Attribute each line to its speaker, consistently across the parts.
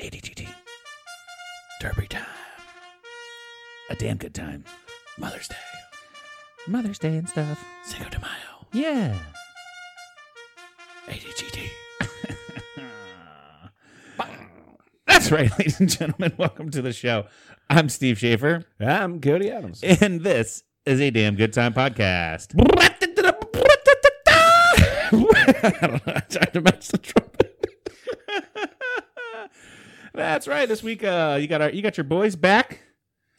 Speaker 1: ADTT. Derby time. A damn good time.
Speaker 2: Mother's Day,
Speaker 1: Mother's Day and stuff.
Speaker 2: Cinco de Mayo,
Speaker 1: Yeah.
Speaker 2: ADGT.
Speaker 1: That's right, ladies and gentlemen. Welcome to the show. I'm Steve Schaefer,
Speaker 2: I'm Cody Adams.
Speaker 1: and this is a damn good time podcast.
Speaker 2: I don't know. I tried to match the trumpet.
Speaker 1: That's right. This week, uh, you got our you got your boys back.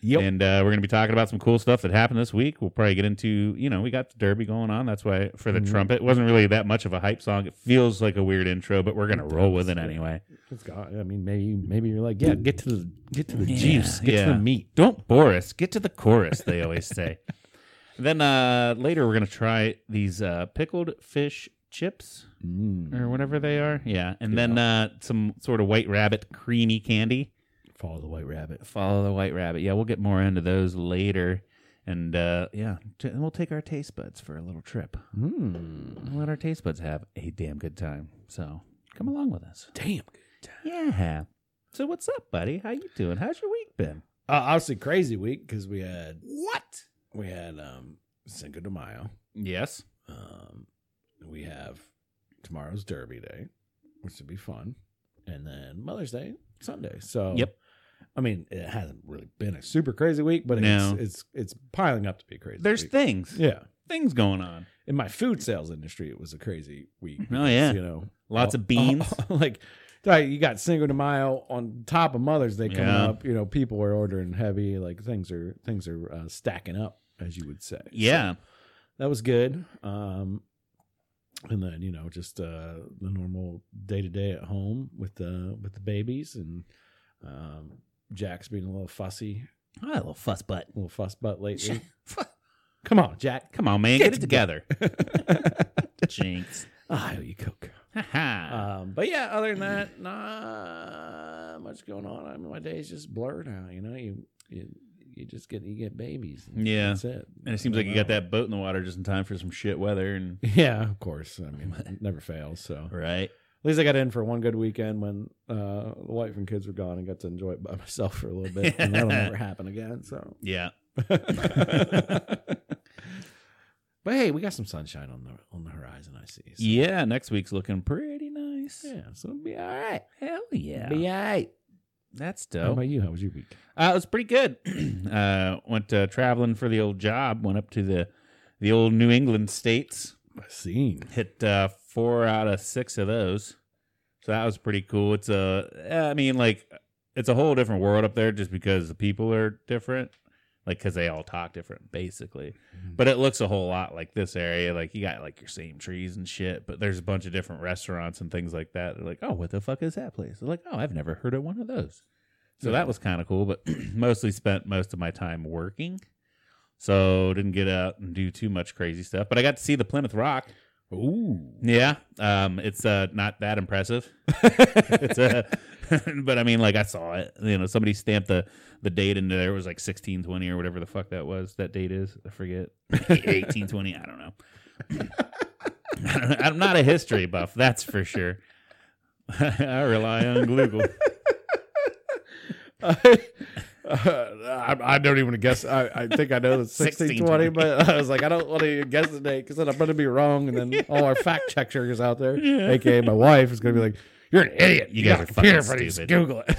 Speaker 2: Yep.
Speaker 1: And uh, we're going to be talking about some cool stuff that happened this week. We'll probably get into, you know, we got the Derby going on. That's why for the
Speaker 2: Mhm.
Speaker 1: trumpet, it wasn't really that much of a hype song. It feels like a weird intro, but we're going to roll with it anyway.
Speaker 2: It's got, I mean, maybe maybe you're like, yeah, get to the get to the
Speaker 1: Yeah,
Speaker 2: juice, get to
Speaker 1: yeah.
Speaker 2: the meat.
Speaker 1: Don't bore us. Get to the chorus, they always say. then uh, later, we're going to try these uh, pickled fish chips
Speaker 2: Mm.
Speaker 1: or whatever they are. Yeah. And then uh, some sort of white rabbit creamy candy.
Speaker 2: Follow the white rabbit.
Speaker 1: Follow the White Rabbit. Yeah, we'll get more into those later. And uh, yeah, t- and we'll take our taste buds for a little trip.
Speaker 2: Mm.
Speaker 1: We'll let our taste buds have a damn good time. So come along with us.
Speaker 2: Damn.
Speaker 1: Yeah. So what's up, buddy? How you doing? How's your week been?
Speaker 2: Uh, obviously, crazy week because we had
Speaker 1: What?
Speaker 2: we had um Cinco de Mayo.
Speaker 1: Yes.
Speaker 2: Um, we have tomorrow's Derby Day, which would be fun, and then Mother's Day Sunday. So
Speaker 1: Yep.
Speaker 2: I mean, it hasn't really been a super crazy week, but
Speaker 1: No.
Speaker 2: it's, it's it's piling up to be a crazy.
Speaker 1: There's
Speaker 2: week.
Speaker 1: things.
Speaker 2: yeah.
Speaker 1: Things going on.
Speaker 2: In my food sales industry, it was a crazy week.
Speaker 1: Oh, yeah.
Speaker 2: you know,
Speaker 1: Lots of beans.
Speaker 2: like. right, You got Cinco de Mayo on top of Mother's Day coming
Speaker 1: Yeah.
Speaker 2: up. You know, people are ordering heavy. Like things are things are uh, stacking up, as you would say. So-
Speaker 1: yeah.
Speaker 2: that was good. Um, and then you know just uh, the normal day to day at home with the with the babies and um, Jack's being a little fussy,
Speaker 1: I had a little fuss butt.
Speaker 2: a little fuss butt lately.
Speaker 1: Fu-
Speaker 2: Come on, Jack.
Speaker 1: Come on, man.
Speaker 2: Get
Speaker 1: Get, it together. Jinx.
Speaker 2: I owe you coke.
Speaker 1: Ha ha.
Speaker 2: Um, but yeah, other than that, not much going on. I mean, my days just blur now. You know, you you, you just get you get babies. and
Speaker 1: Yeah.
Speaker 2: that's it.
Speaker 1: and it seems like you got that boat in the water just in time for some shit weather and
Speaker 2: Yeah, of course. I mean, it never fails. So
Speaker 1: right.
Speaker 2: At least I got in for one good weekend when uh, the wife and kids were gone and got to enjoy it by myself for a little bit. and that'll never happen again. So,
Speaker 1: Yeah.
Speaker 2: but hey, we got some sunshine on the on the horizon. I see. So,
Speaker 1: Yeah, next week's looking pretty nice.
Speaker 2: yeah, so it'll be all right.
Speaker 1: Hell yeah.
Speaker 2: be all right.
Speaker 1: That's
Speaker 2: How
Speaker 1: dope.
Speaker 2: about you? How was your week?
Speaker 1: Uh, it was pretty good. uh, went uh, traveling for the old job, went up to the the old New England states,
Speaker 2: Seen.
Speaker 1: hit uh, four out of six of those. So that was pretty cool. It's a, I mean, like, it's a whole different world up there just because the people are different, like, because they all talk different, basically. But it looks a whole lot like this area. Like you got like your same trees and shit, but there's a bunch of different restaurants and things like that. They're like, oh, what the fuck is that place? They're like, oh, I've never heard of one of those. So
Speaker 2: Yeah.
Speaker 1: that was kind of cool, but mostly spent most of my time working. So didn't get out and do too much crazy stuff. But I got to see the Plymouth Rock.
Speaker 2: Ooh.
Speaker 1: Yeah. Um, it's uh not that impressive. it's uh but I mean like I saw it. You know, somebody stamped the the date into there. It was like sixteen twenty or whatever the fuck that was. That date is. I forget. Eighteen twenty, I don't know. I don't know. I'm not a history buff, that's for sure. I rely on Google.
Speaker 2: I, I, I don't even want to guess. I, I think I know the
Speaker 1: 1620,
Speaker 2: 1620, but I was like, I don't want to guess the date because then I'm going to be wrong. And then all our fact checkers out there,
Speaker 1: Yeah.
Speaker 2: aka my wife, is going to be like, You're an idiot.
Speaker 1: You guys
Speaker 2: got a
Speaker 1: are
Speaker 2: computer
Speaker 1: fucking
Speaker 2: for these.
Speaker 1: stupid."
Speaker 2: Google it.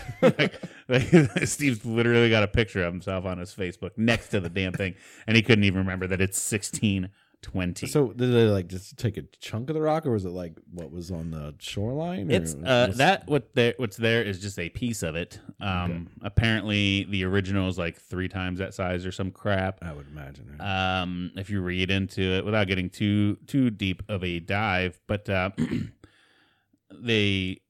Speaker 1: like, like, Steve's literally got a picture of himself on his Facebook next to the damn thing, and he couldn't even remember that it's sixteen twenty.
Speaker 2: so, did they like just take a chunk of the rock, or was it like what was on the shoreline? or
Speaker 1: It's uh,
Speaker 2: was-
Speaker 1: that what there what's there is just a piece of it. Um, apparently the original is like three times that size or some crap.
Speaker 2: I would imagine. Right?
Speaker 1: Um, if you read into it without getting too too deep of a dive, but uh, they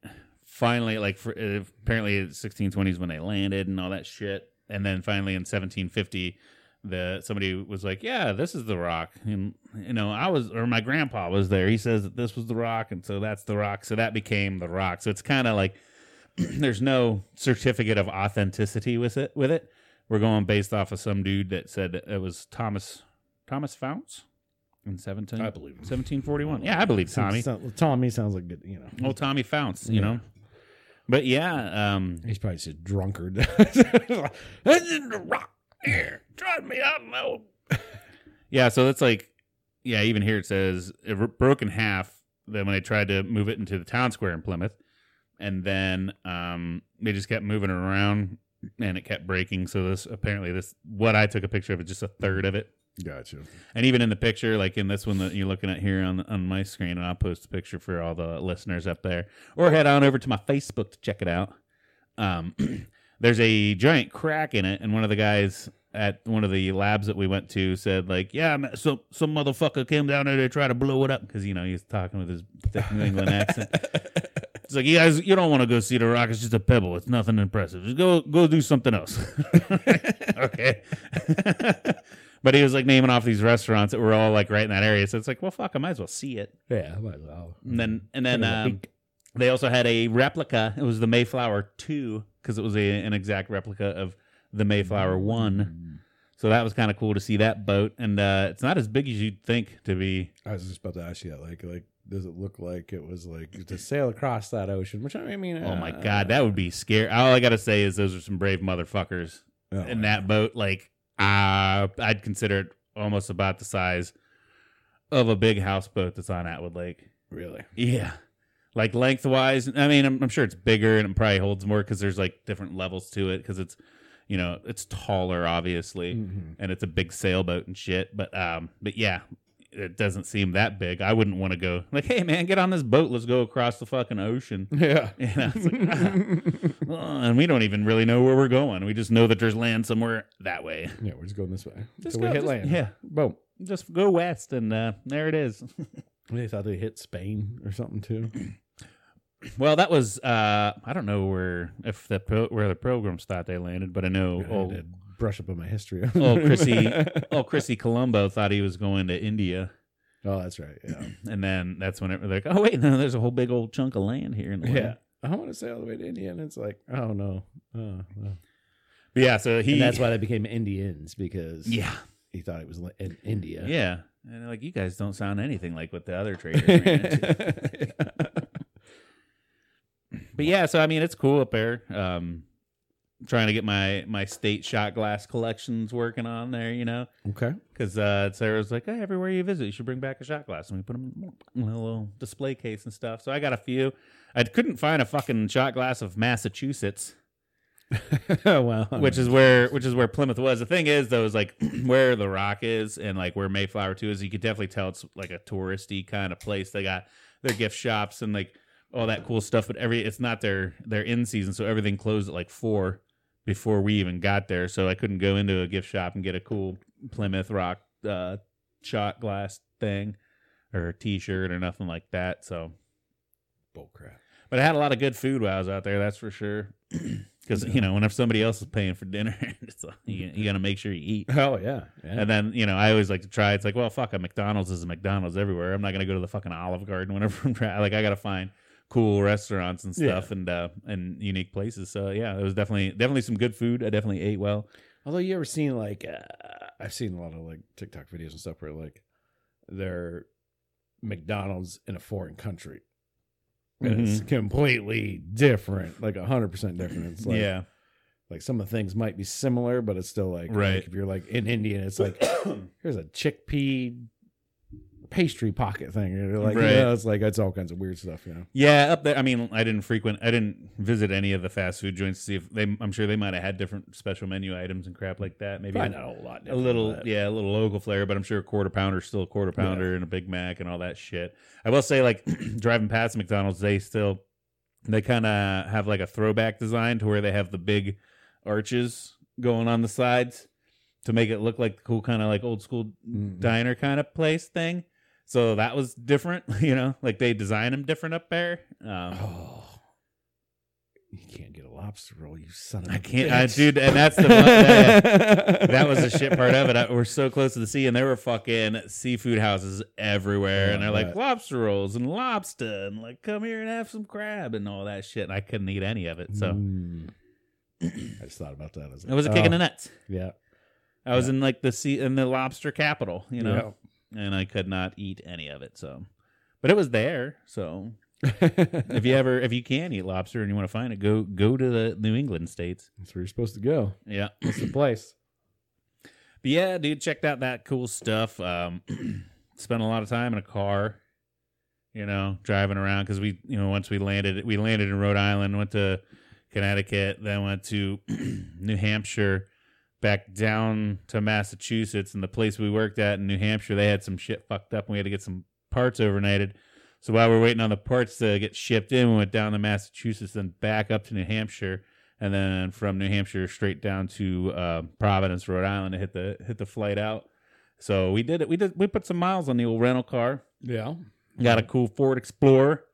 Speaker 1: finally like for, uh, apparently it's 1620s when they landed and all that shit, and then finally in 1750 the somebody was like, "Yeah, this is the rock." And you know, I was or my grandpa was there. He says that this was the rock, and so that's the rock. So that became the rock. So it's kind of like there's no certificate of authenticity with it. With it, we're going based off of some dude that said that it was Thomas Thomas Founts in 17
Speaker 2: I believe him.
Speaker 1: 1741. Yeah, I believe Tommy.
Speaker 2: Sounds- Tommy sounds like good, you know.
Speaker 1: Old Tommy Founts, you
Speaker 2: Yeah.
Speaker 1: know. But yeah, um,
Speaker 2: He's probably just a drunkard. That's in the rock.
Speaker 1: here, drive me out my old. yeah, so that's like, yeah, even here it says it r- broke in half. Then when they tried to move it into the town square in Plymouth, and then um, they just kept moving it around and it kept breaking. So this apparently this what I took a picture of is just a third of it.
Speaker 2: Gotcha.
Speaker 1: And even in the picture, like in this one that you're looking at here on on my screen, and I'll post a picture for all the listeners up there, or head on over to my Facebook to check it out. Um, there's a giant crack in it, and one of the guys at one of the labs that we went to said, like, "Yeah, ma- some some motherfucker came down there to try to blow it up," because you know he's talking with his thick New England accent. It's like, you guys, you don't want to go see the rock. It's just a pebble. It's nothing impressive. Just go, go do something else. okay. but he was like naming off these restaurants that were all like right in that area. So it's like, well, fuck, I might as well see it.
Speaker 2: Yeah, I might as well.
Speaker 1: And then, and then,
Speaker 2: Kinda
Speaker 1: um, they also had a replica. It was the Mayflower two because it was a, an exact replica of the Mayflower one. So that was kind of cool to see that boat. And uh, it's not as big as you'd think to be.
Speaker 2: I was just about to ask you that. Like, like, does it look like it was like to sail across that ocean? Which I mean, uh,
Speaker 1: Oh my god, that would be scary. All I gotta say is those are some brave motherfuckers.
Speaker 2: would
Speaker 1: in that boat, like uh, I'd consider it almost about the size of a big houseboat that's on Atwood Lake.
Speaker 2: really.
Speaker 1: Yeah, like lengthwise. I mean, I'm, I'm sure it's bigger and it probably holds more because there's like different levels to it because it's, you know, it's taller obviously,
Speaker 2: Mhm.
Speaker 1: and it's a big sailboat and shit. But um, but yeah, it doesn't seem that big. I wouldn't want to go like, hey man, get on this boat, let's go across the fucking ocean.
Speaker 2: Yeah.
Speaker 1: You know, it's like, "Uh, and we don't even really know where we're going. We just know that there's land somewhere that way.
Speaker 2: yeah, we're just going this way.
Speaker 1: Just
Speaker 2: Till
Speaker 1: go-
Speaker 2: we hit
Speaker 1: just-
Speaker 2: land.
Speaker 1: yeah.
Speaker 2: Boom.
Speaker 1: Just go west, and uh, there it is.
Speaker 2: They thought they hit Spain or something too.
Speaker 1: well, that was uh, I don't know where if the pro- where the pilgrims thought they landed, but I know
Speaker 2: I
Speaker 1: old
Speaker 2: had to brush up on my history.
Speaker 1: Oh, Chrissy. old Chrissy Colombo thought he was going to India,
Speaker 2: oh, that's right. Yeah.
Speaker 1: and then that's when it, they're like, oh wait, no, there's a whole big old chunk of land here in the
Speaker 2: yeah.
Speaker 1: yeah.
Speaker 2: I want to sail all the way to India, and it's like, oh no, oh, no.
Speaker 1: Yeah, so he.
Speaker 2: and that's why they became Indians because
Speaker 1: Yeah,
Speaker 2: he thought it was li- in India.
Speaker 1: yeah, and they're like you guys don't sound anything like what the other traders ran into. But yeah, so I mean, it's cool up there. Um, trying to get my my state shot glass collections working on there, you know,
Speaker 2: okay.
Speaker 1: because uh, Sarah was like, "Hey, everywhere you visit, you should bring back a shot glass, and we put them in a little display case and stuff." So I got a few. I couldn't find a fucking shot glass of Massachusetts,
Speaker 2: well, I
Speaker 1: which
Speaker 2: mean,
Speaker 1: is where which is where Plymouth was. The thing is, though, is like where the Rock is and like where Mayflower Two is. You could definitely tell it's like a touristy kind of place. They got their gift shops and like all that cool stuff. But every it's not their their in season, so everything closed at like four before we even got there. So I couldn't go into a gift shop and get a cool Plymouth Rock uh, shot glass thing or a T shirt or nothing like that. So
Speaker 2: bull crap.
Speaker 1: but I had a lot of good food while I was out there. That's for sure. Because you know, whenever somebody else is paying for dinner, it's like, you, you got to make sure you eat.
Speaker 2: Oh yeah, yeah.
Speaker 1: And then you know, I always like to try. It's like, well, fuck, a McDonald's is a McDonald's everywhere. I'm not gonna go to the fucking Olive Garden whenever I'm trying. Like, I gotta find cool restaurants and stuff and uh and unique places. So yeah, it was definitely definitely some good food. I definitely ate well.
Speaker 2: Although you ever seen like uh, I've seen a lot of like TikTok videos and stuff where like they're McDonald's in a foreign country. And
Speaker 1: Mm-hmm.
Speaker 2: It's completely different, like hundred percent different. It's like
Speaker 1: yeah,
Speaker 2: like some of the things might be similar, but it's still like,
Speaker 1: Right.
Speaker 2: like, if you're like in India, it's like here's a chickpea pastry pocket thing. Or like you
Speaker 1: Right.
Speaker 2: know, it's like it's all kinds of weird stuff, you know.
Speaker 1: yeah. Up there, I mean, I didn't frequent, I didn't visit any of the fast food joints to see if they. I'm sure they might have had different special menu items and crap like that. Maybe
Speaker 2: Probably not a whole lot.
Speaker 1: a
Speaker 2: different,
Speaker 1: little
Speaker 2: but-
Speaker 1: yeah a little local flair but i'm sure a quarter pounder still a quarter
Speaker 2: Yeah.
Speaker 1: pounder and a big mac and all that shit i will say like driving past mcdonald's they still they kind of have like a throwback design to where they have the big arches going on the sides to make it look like the cool kind of like old school
Speaker 2: Mm.
Speaker 1: diner kind of place thing so that was different you know like they design them different up there um
Speaker 2: Oh, you can't get a lobster roll, you son of a
Speaker 1: I can't, I,
Speaker 2: bitch.
Speaker 1: dude, and that's the one that- that was the shit part of it. I, we're so close to the sea, and there were fucking seafood houses everywhere,
Speaker 2: Yeah,
Speaker 1: and they're like
Speaker 2: right.
Speaker 1: lobster rolls and lobster, and like come here and have some crab and all that shit. And I couldn't eat any of it, so
Speaker 2: Mm. I just thought about that. I was, oh,
Speaker 1: I was a kick in the nuts.
Speaker 2: Yeah,
Speaker 1: I was
Speaker 2: Yeah.
Speaker 1: in like the sea in the lobster capital, you know,
Speaker 2: Yeah.
Speaker 1: and I could not eat any of it. So, but it was there, so if you ever, if you can eat lobster and you want to find it, go go to the New England states.
Speaker 2: That's where you're supposed to go.
Speaker 1: Yeah,
Speaker 2: That's the place.
Speaker 1: But yeah, dude, checked out that cool stuff. Um, spent a lot of time in a car, you know, driving around because we, you know, once we landed, we landed in Rhode Island, went to Connecticut, then went to New Hampshire, back down to Massachusetts, and the place we worked at in New Hampshire, they had some shit fucked up, and we had to get some parts overnighted. So while we we're waiting on the parts to get shipped in, we went down to Massachusetts, then back up to New Hampshire and then from New Hampshire straight down to uh, Providence, Rhode Island to hit the hit the flight out. So we did it. We did we put some miles on the old rental car.
Speaker 2: Yeah.
Speaker 1: Got a cool Ford Explorer.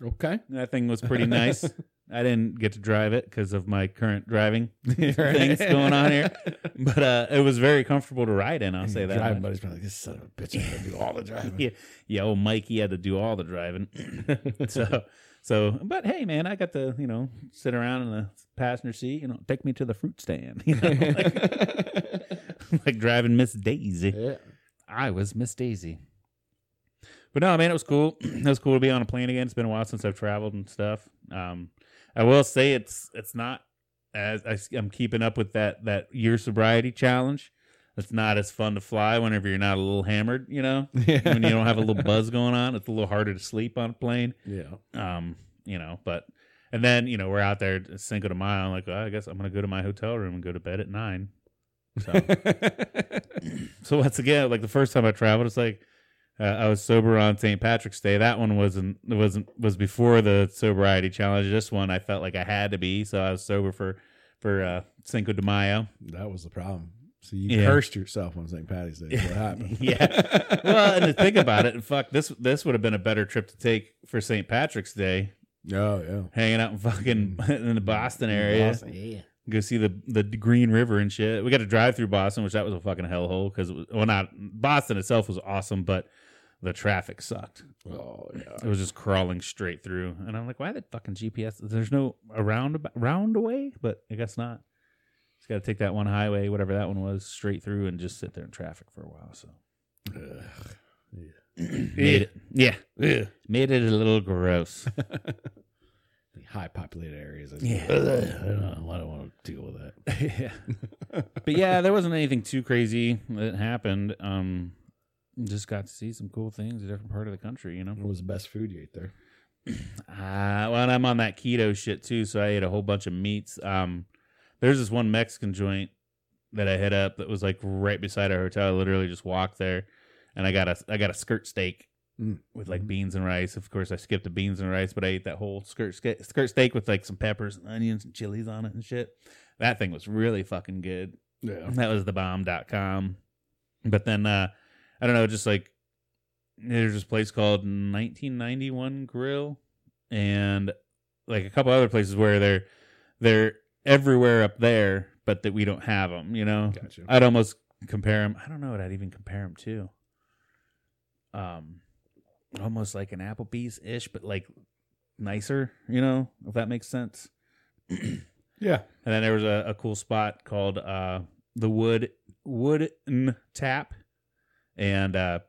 Speaker 2: Okay.
Speaker 1: That thing was pretty nice. I didn't get to drive it because of my current driving things going on here, but uh, it was very comforomble to ride in. I'll say that.
Speaker 2: Driving
Speaker 1: much.
Speaker 2: buddy's probably like, this son of a bitch. I gotta do all the driving.
Speaker 1: yeah, yeah. Old Mikey had to do all the driving. so, so, but hey, man, I got to you know sit around in the passenger seat. You know, take me to the fruit stand. You know, like, like driving Miss Daisy.
Speaker 2: yeah.
Speaker 1: I was Miss Daisy. But no, man, it was cool. it was cool to be on a plane again. It's been a while since I've traveled and stuff. Um, I will say it's it's not as I, I'm keeping up with that that year sobriety challenge. It's not as fun to fly whenever you're not a little hammered, you know when you don't have a little buzz going on, it's a little harder to sleep on a plane.
Speaker 2: Yeah.
Speaker 1: Um, you know, but and then you know we're out there it's Cinco de Mayo. I'm like, well, I guess I'm gonna go to my hotel room and go to bed at nine. So, so once again, like the first time I traveled, it's like uh, I was sober on St. Patrick's Day. That one wasn't wasn't was before the sobriety challenge. This one I felt like I had to be, so I was sober for for uh, Cinco de Mayo.
Speaker 2: That was the problem. So you
Speaker 1: Yeah.
Speaker 2: cursed yourself on St. Patty's Day. That's what happened.
Speaker 1: Yeah. Well, and to think about it, fuck this this would have been a better trip to take for St. Patrick's Day
Speaker 2: Oh, yeah.
Speaker 1: hanging out in fucking in the Boston area.
Speaker 2: Boston, yeah.
Speaker 1: Go see the the Green River and shit. We got to drive through Boston, which that was a fucking hellhole because well, not Boston itself was awesome, but the traffic sucked.
Speaker 2: Oh, yeah.
Speaker 1: It was just crawling straight through, and I'm like, why the fucking GPS? There's no around roundaway, but I guess not. Just got to take that one highway, whatever that one was, straight through, and just sit there in traffic for a while. So
Speaker 2: Ugh.
Speaker 1: made it, yeah, made it a little gross.
Speaker 2: The High populated areas. I
Speaker 1: Yeah.
Speaker 2: Ugh. I don't know. I don't want to deal with that.
Speaker 1: yeah. but yeah, there wasn't anything too crazy that happened. Um, just got to see some cool things in a different part of the country, you know.
Speaker 2: What was the best food you ate there?
Speaker 1: Uh, well, and I'm on that keto shit too, so I ate a whole bunch of meats. Um, there's this one Mexican joint that I hit up that was like right beside our hotel. I literally just walked there, and I got a I got a skirt steak
Speaker 2: Mm.
Speaker 1: with like
Speaker 2: Mhm.
Speaker 1: beans and rice. Of course, I skipped the beans and rice, but I ate that whole skirt sk- skirt steak with like some peppers and onions and chilies on it and shit. That thing was really fucking good.
Speaker 2: Yeah.
Speaker 1: That was the bomb.com. But then uh I don't know, just like there's this place called 1991 Grill and like a couple other places where they're they're everywhere up there, but that we don't have them, you know.
Speaker 2: Gotcha.
Speaker 1: I'd almost compare them. I don't know what I'd even compare them to. Um, almost like an Applebee's ish, but like nicer, you know, if that makes sense.
Speaker 2: yeah.
Speaker 1: And then there was a, a cool spot called uh, the Wood Wooden Tap, and uh,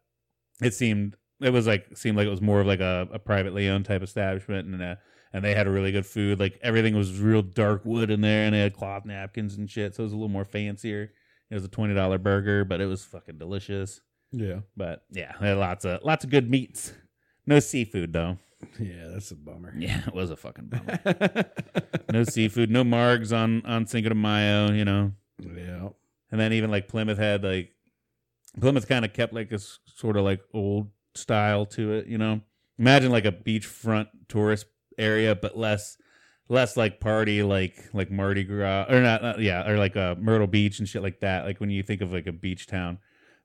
Speaker 1: it seemed it was like seemed like it was more of like a, a privately owned type establishment, and uh, and they had a really good food. Like everything was real dark wood in there, and they had cloth napkins and shit, so it was a little more fancier. It was a twenty dollar burger, but it was fucking delicious.
Speaker 2: Yeah.
Speaker 1: But yeah, they had lots of lots of good meats. No seafood though.
Speaker 2: Yeah. That's a bummer.
Speaker 1: Yeah, it was a fucking bummer. no seafood, no margs on on Cinco de Mayo, you know.
Speaker 2: yeah.
Speaker 1: And then even like Plymouth had like Plymouth kind of kept like a s- sort of like old style to it, you know. Imagine like a beachfront tourist area, but less less like party, like like Mardi Gras or not, not yeah, or like uh, Myrtle Beach and shit like that. Like when you think of like a beach town,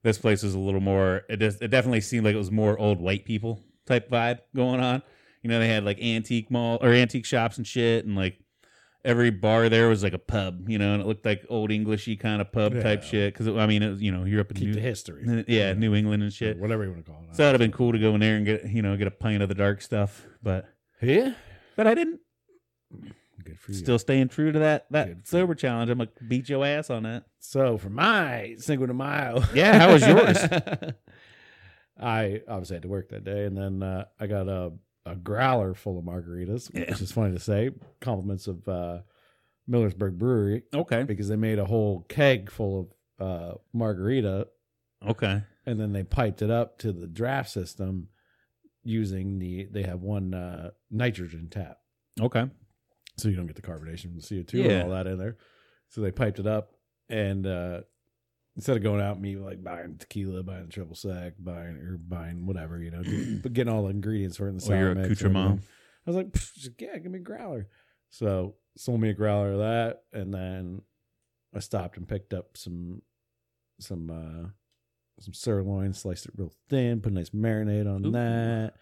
Speaker 1: this place was a little more. It just, it definitely seemed like it was more old white people type vibe going on. You know, they had like antique mall or antique shops and shit, and like every bar there was like a pub. You know, and it looked like old Englishy kind of pub type
Speaker 2: Yeah.
Speaker 1: shit. Because I mean, it was, you know, you're up in
Speaker 2: Keep the
Speaker 1: New,
Speaker 2: history.
Speaker 1: yeah, New England and shit.
Speaker 2: Whatever you want to call it.
Speaker 1: So that'd have been cool to go in there and get you know get a pint of the dark stuff, but
Speaker 2: yeah.
Speaker 1: but I didn't.
Speaker 2: Good for you.
Speaker 1: Still staying true to that
Speaker 2: Good
Speaker 1: that
Speaker 2: for
Speaker 1: sober challenge. I'm gonna beat your ass on that.
Speaker 2: So for my Cinco de Mayo.
Speaker 1: Yeah, how was yours?
Speaker 2: I obviously had to work that day, and then uh, I got a, a a growler full of margaritas,
Speaker 1: Yeah.
Speaker 2: which is funny to say. Compliments of uh, Millersburg Brewery
Speaker 1: Okay.
Speaker 2: because they made a whole keg full of uh, margarita
Speaker 1: Okay.
Speaker 2: and then they piped it up to the draft system using the they have one uh, nitrogen tap
Speaker 1: Okay.
Speaker 2: so you don't get the carbonation from the CO2
Speaker 1: Yeah.
Speaker 2: and all that in there. So they piped it up, and uh, instead of going out and me like buying tequila, buying triple sec, buying or buying whatever you know, just- but getting all the ingredients for it in the
Speaker 1: Or your
Speaker 2: sour mix and
Speaker 1: accoutrement.
Speaker 2: everything, I was like, "Pfft, just, yeah, give me a growler. So sold me a growler of that, and then I stopped and picked up some some uh some sirloin, sliced it real thin, put a nice marinade on
Speaker 1: Ooh.
Speaker 2: that,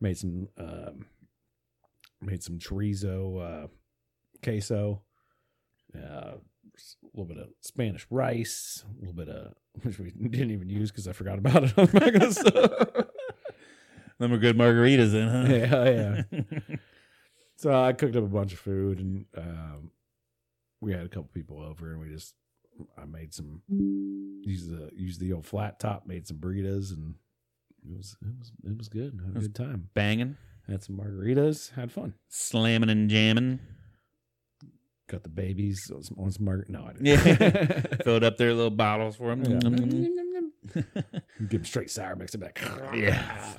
Speaker 2: made some um made some chorizo uh queso, uh, a little bit of Spanish rice, a little bit of which we didn't even use because I forgot about it on the back of the stove.
Speaker 1: Them are good margaritas then, huh?
Speaker 2: yeah, yeah. So I cooked up a bunch of food, and um, we had a couple people over, and we just I made some used the used the old flat top, made some burritas, and it was it was it was good. I had a good time.
Speaker 1: Banging,
Speaker 2: Had some margaritas, had fun.
Speaker 1: slamming and jamming.
Speaker 2: Got the babies on some, on some margar- No, I didn't.
Speaker 1: Yeah. Filled up their little bottles for Mm-hmm. them.
Speaker 2: Yeah. Give them straight sour mix. I'm like,
Speaker 1: Yeah.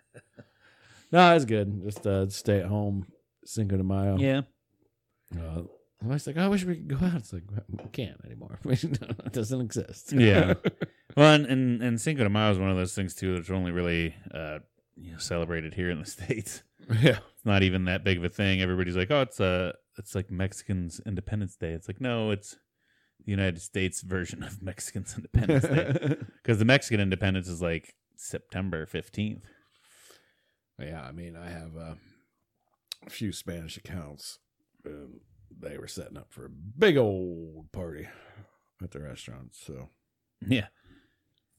Speaker 2: no, it's good. Just uh, stay at home, Cinco de Mayo.
Speaker 1: yeah.
Speaker 2: Uh, I was like, I wish we could go out. It's like we can't anymore. it doesn't exist.
Speaker 1: Yeah. Well, and, and, and Cinco de Mayo is one of those things, too, that's only really uh, you know, celebrated here in the States.
Speaker 2: yeah.
Speaker 1: It's not even that big of a thing. Everybody's like, oh, it's uh, it's like Mexicans' Independence Day. It's like, no, it's the United States version of Mexicans' Independence Day. Because the Mexican independence is like September 15th.
Speaker 2: yeah, I mean, I have uh, a few Spanish accounts. Um, they were setting up for a big old party at the restaurant. So
Speaker 1: Yeah.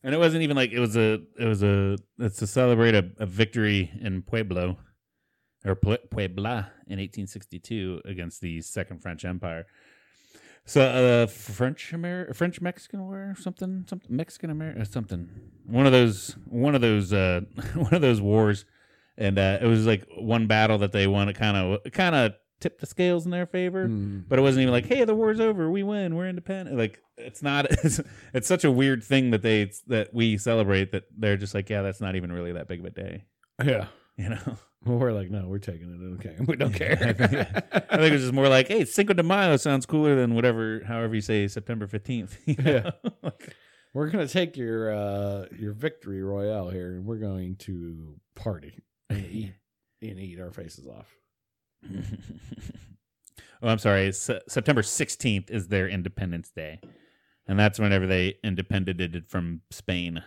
Speaker 1: And it wasn't even like it was a it was a it's to celebrate a, a victory in Pueblo or Pue- Puebla in 1862 against the Second French Empire. So uh French Amer French Mexican War or something something Mexican American something one of those one of those uh one of those wars and uh it was like one battle that they won it kind of kind of tipped the scales in their favor but it wasn't even like, hey, the war's over, we win, we're independent. Like it's not, it's, it's such a weird thing that they that we celebrate that they're just like, yeah, that's not even really that big of a day,
Speaker 2: yeah,
Speaker 1: you know.
Speaker 2: well, we're like, no, we're taking it. Okay, we don't
Speaker 1: Yeah, I
Speaker 2: care.
Speaker 1: I think it's just more like, hey, Cinco de Mayo sounds cooler than whatever, however you say September fifteenth.
Speaker 2: Yeah. we're gonna take your uh, your victory royale here, and we're going to party and eat, and eat our faces off.
Speaker 1: oh, I'm sorry. Se- September 16th is their Independence Day, and that's whenever they independented from Spain.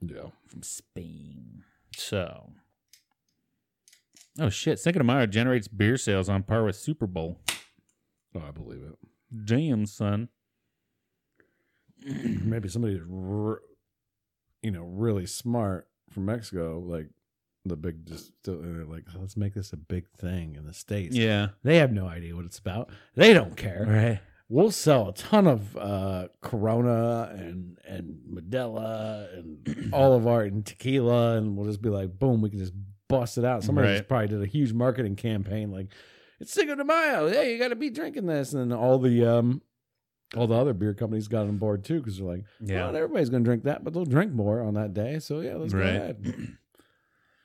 Speaker 2: Yeah.
Speaker 1: from Spain. So, oh shit, Cinco de Mayo generates beer sales on par with Super Bowl.
Speaker 2: Oh, I believe it.
Speaker 1: Damn, son.
Speaker 2: maybe somebody that's r- you know really smart from Mexico, like the big distill, and they're like, let's make this a big thing in the states.
Speaker 1: yeah,
Speaker 2: They have no idea what it's about. They don't care.
Speaker 1: right.
Speaker 2: We'll sell a ton of uh, Corona and and Modelo and all of our and tequila, and we'll just be like, boom, we can just bust it out. Somebody
Speaker 1: Right.
Speaker 2: just probably did a huge marketing campaign, like it's Cinco de Mayo. Hey, you got to be drinking this, and then all the um, all the other beer companies got on board too because they're like.
Speaker 1: Yeah,
Speaker 2: Well, everybody's going to drink that, but they'll drink more on that day. So yeah, let's
Speaker 1: Right.
Speaker 2: go ahead.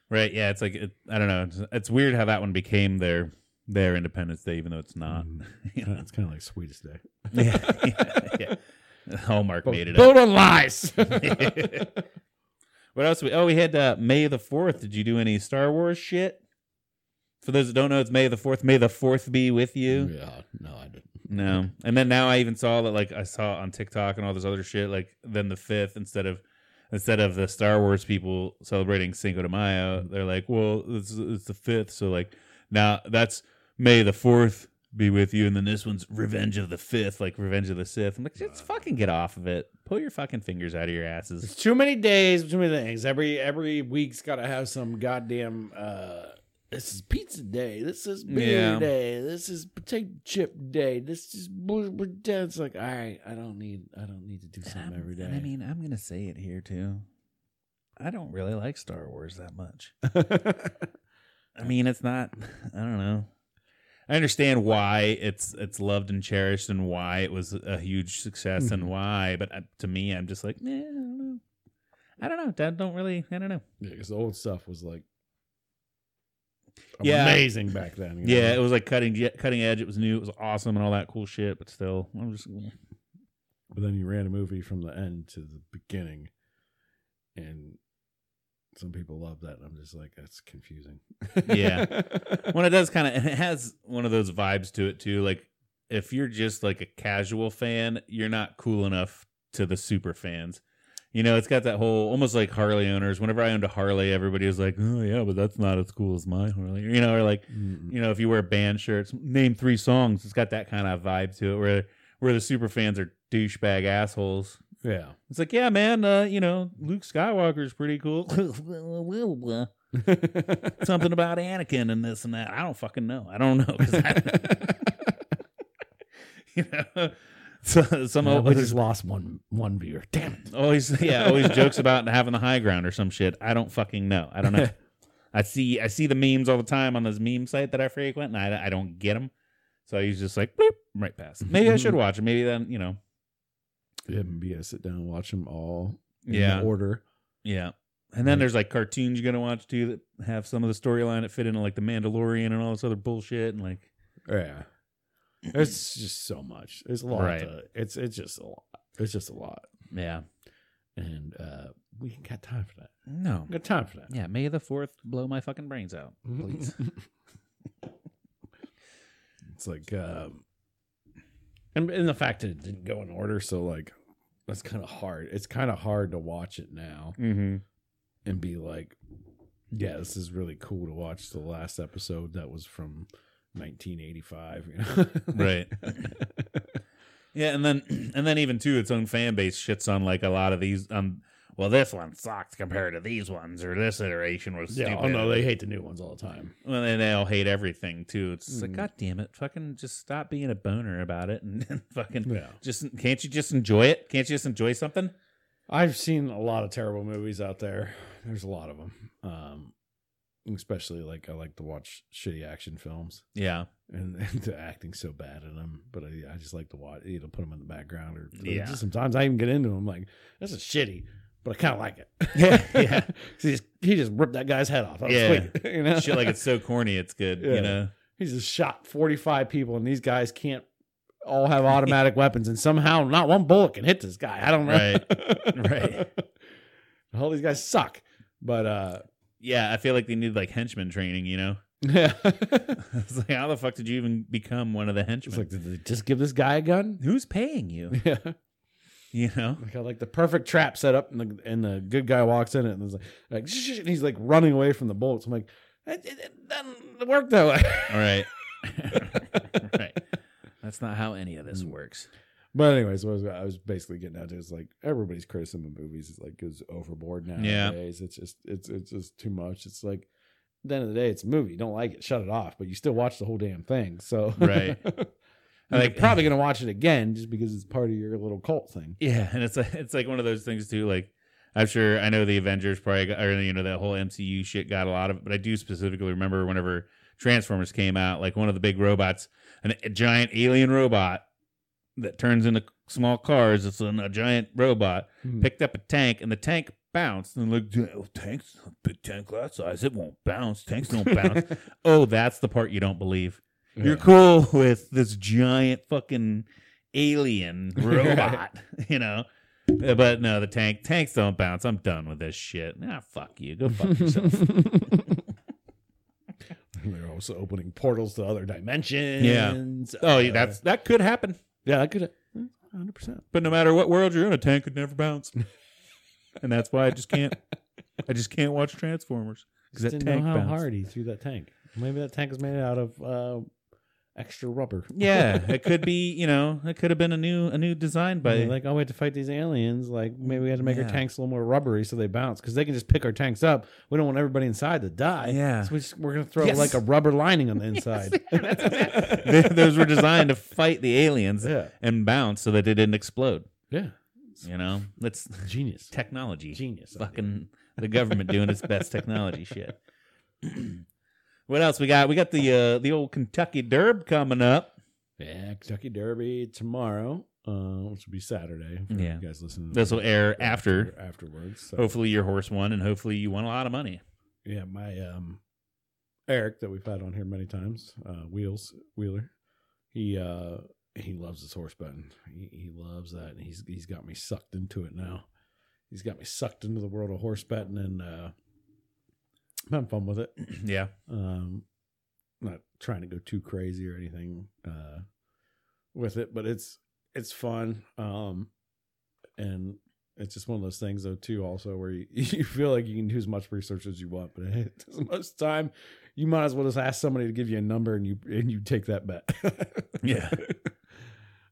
Speaker 1: right. Yeah, it's like it, I don't know. It's, it's weird how that one became their their Independence Day, even though it's not.
Speaker 2: Mm.
Speaker 1: You know?
Speaker 2: it's kind of like sweetest day.
Speaker 1: yeah, yeah, yeah. Hallmark
Speaker 2: But
Speaker 1: made it up.
Speaker 2: built on lies.
Speaker 1: What else? We, oh, we had uh, May the Fourth. Did you do any Star Wars shit? For those that don't know, it's May the Fourth. May the Fourth be with you.
Speaker 2: Yeah, no, I didn't.
Speaker 1: No. And then now I even saw that like I saw on TikTok and all this other shit, like then the fifth instead of instead of the Star Wars people celebrating Cinco de Mayo, they're like, Well, it's it's the fifth, so like now that's May the fourth be with you, and then this one's Revenge of the Fifth, like Revenge of the Sith. I'm like, just fucking get off of it. Pull your fucking fingers out of your asses.
Speaker 2: There's too many days, too many things. Every every week's got to have some goddamn. uh This is pizza day. This is beer
Speaker 1: Yeah.
Speaker 2: day. This is potato chip day. This is blah, blah, blah. It's like all right, I don't need I don't need to do something every day.
Speaker 1: And I mean, I'm gonna say it here too. I don't really like Star Wars that much. I mean, it's not. I don't know. I understand why it's it's loved and cherished, and why it was a huge success,
Speaker 2: Mhm.
Speaker 1: and why. But uh, to me, I'm just like, nah, I don't know. I don't know. Dad, don't really. I don't know.
Speaker 2: Yeah, because the old stuff was like
Speaker 1: Yeah.
Speaker 2: amazing back then. you know?
Speaker 1: Yeah, it was like cutting ye- cutting edge. It was new. It was awesome, and all that cool shit. But still, I'm just. meh.
Speaker 2: But then you ran a movie from the end to the beginning, and some people love that. and I'm just like, that's confusing.
Speaker 1: Yeah. Well, it does kind of. It has one of those vibes to it too. Like if you're just like a casual fan, you're not cool enough to the super fans. You know, it's got that whole almost like Harley owners. Whenever I owned a Harley, everybody was like, "Oh yeah, but that's not as cool as my Harley." You know, or like
Speaker 2: Mm-mm.
Speaker 1: you know, if you wear band shirts, name three songs. It's got that kind of vibe to it, where where the super fans are douchebag assholes.
Speaker 2: yeah.
Speaker 1: It's like, yeah, man, uh, you know, Luke Skywalker's pretty cool. Something about Anakin and this and that. I don't fucking know. I don't know. 'cause I- you know, so, some
Speaker 2: No,
Speaker 1: old
Speaker 2: we just lost one one viewer. Damn it.
Speaker 1: always, yeah, always jokes about having the high ground or some shit. I don't fucking know. I don't know. I see, I see the memes all the time on this meme site that I frequent, and I, I don't get them. So I usually just like bloop, right past. Maybe I should watch it. Maybe then, you know,
Speaker 2: Yeah, maybe I sit down and watch them all. In
Speaker 1: Yeah.
Speaker 2: The order.
Speaker 1: Yeah. And then
Speaker 2: Right.
Speaker 1: there's like cartoons you're gonna watch too that have some of the storyline that fit into like the Mandalorian and all this other bullshit and like
Speaker 2: Yeah. It's just so much. It's a lot.
Speaker 1: Right.
Speaker 2: to- it's it's just a lot. It's just a lot.
Speaker 1: yeah
Speaker 2: And uh we ain't got time for that.
Speaker 1: no
Speaker 2: We got time for that.
Speaker 1: yeah May the Fourth blow my fucking brains out
Speaker 2: Mm-hmm.
Speaker 1: please
Speaker 2: it's like um and, and the fact that it didn't go in order, so like that's kind of hard. It's kind of hard to watch it now
Speaker 1: mm-hmm.
Speaker 2: and be like, yeah, this is really cool to watch the last episode that was from 1985, you know?
Speaker 1: right yeah and then and then even too its own fan base shits on like a lot of these um well this one sucked compared to these ones or this iteration was
Speaker 2: yeah,
Speaker 1: stupid
Speaker 2: oh no, they hate the new ones all the time.
Speaker 1: well and they all hate everything too it's just like
Speaker 2: Mhm.
Speaker 1: god damn it fucking just stop being a boner about it and, and fucking
Speaker 2: Yeah.
Speaker 1: just can't you just enjoy it can't you just enjoy something
Speaker 2: I've seen a lot of terrible movies out there. There's a lot of them. Um, especially like I like to watch shitty action films,
Speaker 1: yeah
Speaker 2: and, the acting's so bad in them. But I, I just like to watch either put them in the background or
Speaker 1: Yeah.
Speaker 2: just sometimes I even get into them. Like this is shitty, but I kind of like it.
Speaker 1: Yeah, yeah.
Speaker 2: 'Cause he just he just ripped that guy's head off. That was
Speaker 1: Yeah.
Speaker 2: sweet, you know,
Speaker 1: shit like it's so corny it's good
Speaker 2: Yeah.
Speaker 1: you know
Speaker 2: he's just shot 45 people, and these guys can't all have automatic weapons, and somehow not one bullet can hit this guy. I don't know.
Speaker 1: Right. Right.
Speaker 2: all these guys suck. But uh
Speaker 1: yeah i feel like they need like henchman training you know
Speaker 2: yeah.
Speaker 1: it's like how the fuck did you even become one of the henchmen
Speaker 2: It's like, did they just give this guy a gun?
Speaker 1: who's paying you
Speaker 2: Yeah.
Speaker 1: you know
Speaker 2: Like I like the perfect trap set up and the and the good guy walks in it and it's like, like "Shh," and he's like running away from the bullets. I'm like, it, it, it doesn't work that way.
Speaker 1: all right right that's not how any of this works
Speaker 2: But anyways, what I was, I was basically getting out to is like everybody's criticism of movies is like goes overboard
Speaker 1: Yeah.
Speaker 2: nowadays. It's just it's it's just too much. It's like at the end of the day, it's a movie. You don't like it, shut it off. But you still watch the whole damn thing. So
Speaker 1: Right.
Speaker 2: And
Speaker 1: Like-
Speaker 2: you're probably gonna watch it again just because it's part of your little cult thing.
Speaker 1: yeah and it's like it's like one of those things too like i'm sure i know the avengers probably got, or you know that whole mcu shit got a lot of it but i do specifically remember whenever transformers came out like one of the big robots an, a giant alien robot that turns into small cars it's an, a giant robot picked up a tank and the tank bounced and looked oh, tanks big tank that size it won't bounce tanks don't bounce oh that's the part you don't believe you're cool with this giant fucking alien robot you know Uh, but no the tank tanks don't bounce i'm done with this shit nah fuck you go fuck yourself
Speaker 2: They're also opening portals to other dimensions.
Speaker 1: oh
Speaker 2: Uh,
Speaker 1: yeah, that's that could happen
Speaker 2: yeah, that could hundred percent.
Speaker 1: but no matter what world you're in a tank could never bounce and that's why i just can't i just can't watch transformers because that
Speaker 2: Didn't
Speaker 1: tank
Speaker 2: know how
Speaker 1: bounced.
Speaker 2: hard he threw that tank. Maybe that tank was made out of uh, extra rubber.
Speaker 1: Yeah, it could be. You know, it could have been a new a new design by
Speaker 2: But like, oh, we have to fight these aliens. Like, maybe we had to make
Speaker 1: Yeah.
Speaker 2: our tanks a little more rubbery so they bounce because they can just pick our tanks up. We don't want everybody inside to die.
Speaker 1: Yeah.
Speaker 2: so we just, we're gonna throw
Speaker 1: Yes.
Speaker 2: like a rubber lining on the inside.
Speaker 1: Th- those were designed to fight the aliens
Speaker 2: yeah,
Speaker 1: and bounce so that it didn't explode.
Speaker 2: yeah,
Speaker 1: You know, that's
Speaker 2: genius,
Speaker 1: technology.
Speaker 2: genius, idea.
Speaker 1: Fucking the government doing its best technology shit. what else we got? We got the uh, the old Kentucky Derb coming up.
Speaker 2: Yeah, Kentucky Derby tomorrow, uh, which will be Saturday. For
Speaker 1: Yeah.
Speaker 2: you guys listening. to
Speaker 1: This will
Speaker 2: the-
Speaker 1: air after.
Speaker 2: afterwards. So.
Speaker 1: Hopefully your horse won, and hopefully you won a lot of money.
Speaker 2: yeah, my um, Eric that we've had on here many times, uh, Wheels Wheeler, he uh, he loves his horse betting. He, he loves that, and he's he's got me sucked into it now. He's got me sucked into the world of horse betting, and uh, I'm having fun with it.
Speaker 1: yeah,
Speaker 2: um not trying to go too crazy or anything uh with it but it's it's fun um and it's just one of those things though too also where you, you feel like you can do as much research as you want but at most time you might as well just ask somebody to give you a number and you and you take that bet
Speaker 1: Yeah.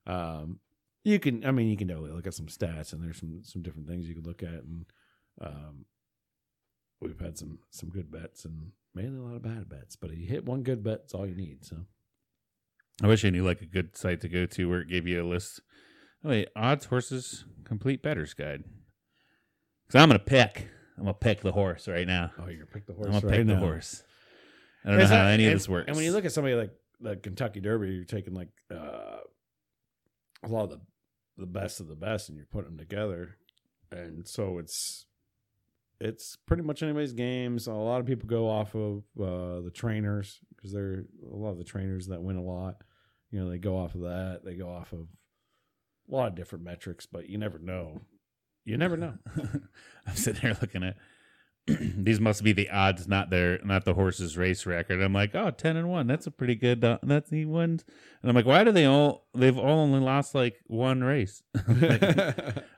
Speaker 2: um you can i mean you can definitely look at some stats and there's some some different things you could look at and um we've had some some good bets and mainly a lot of bad bets. But if you hit one good bet, it's all you need. So
Speaker 1: I wish I knew like a good site to go to where it gave you a list. Oh, wait, odds horses complete betters guide. Because I'm gonna pick. I'm gonna pick the horse right now.
Speaker 2: oh, you're gonna pick the
Speaker 1: I'm
Speaker 2: horse.
Speaker 1: gonna
Speaker 2: right
Speaker 1: pick the
Speaker 2: now.
Speaker 1: horse. I don't
Speaker 2: It's
Speaker 1: know how
Speaker 2: not-
Speaker 1: any of
Speaker 2: and-
Speaker 1: this works.
Speaker 2: And when you look at somebody like the Kentucky Derby, you're taking like uh, a lot of the the best of the best, and you're putting them together. And so it's it's pretty much anybody's games. A lot of people go off of uh, the trainers because they're a lot of the trainers that win a lot. You know, they go off of that. They go off of a lot of different metrics, but you never know. You never know.
Speaker 1: I'm sitting there looking at these must be the odds, not their not the horse's race record. I'm like, oh, 10 and one. That's a pretty good. Uh, that's he wins. And I'm like, why do they all? They've all only lost like one race.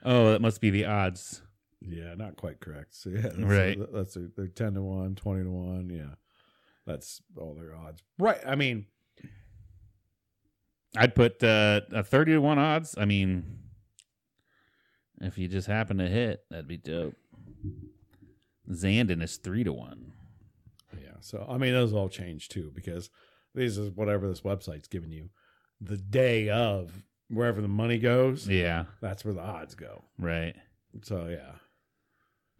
Speaker 1: oh, that must be the odds.
Speaker 2: Yeah, not quite correct. So yeah, that's
Speaker 1: Right.
Speaker 2: that's a, they're ten to one, 20 to one. Yeah, that's all their odds. Right. I mean,
Speaker 1: I'd put uh, a 30 to one odds. I mean, if you just happen to hit, that'd be dope. Zandon is three to one.
Speaker 2: yeah. So I mean, those all change too because these is whatever this website's giving you. The day of wherever the money goes,
Speaker 1: Yeah,
Speaker 2: that's where the odds go.
Speaker 1: right.
Speaker 2: So yeah,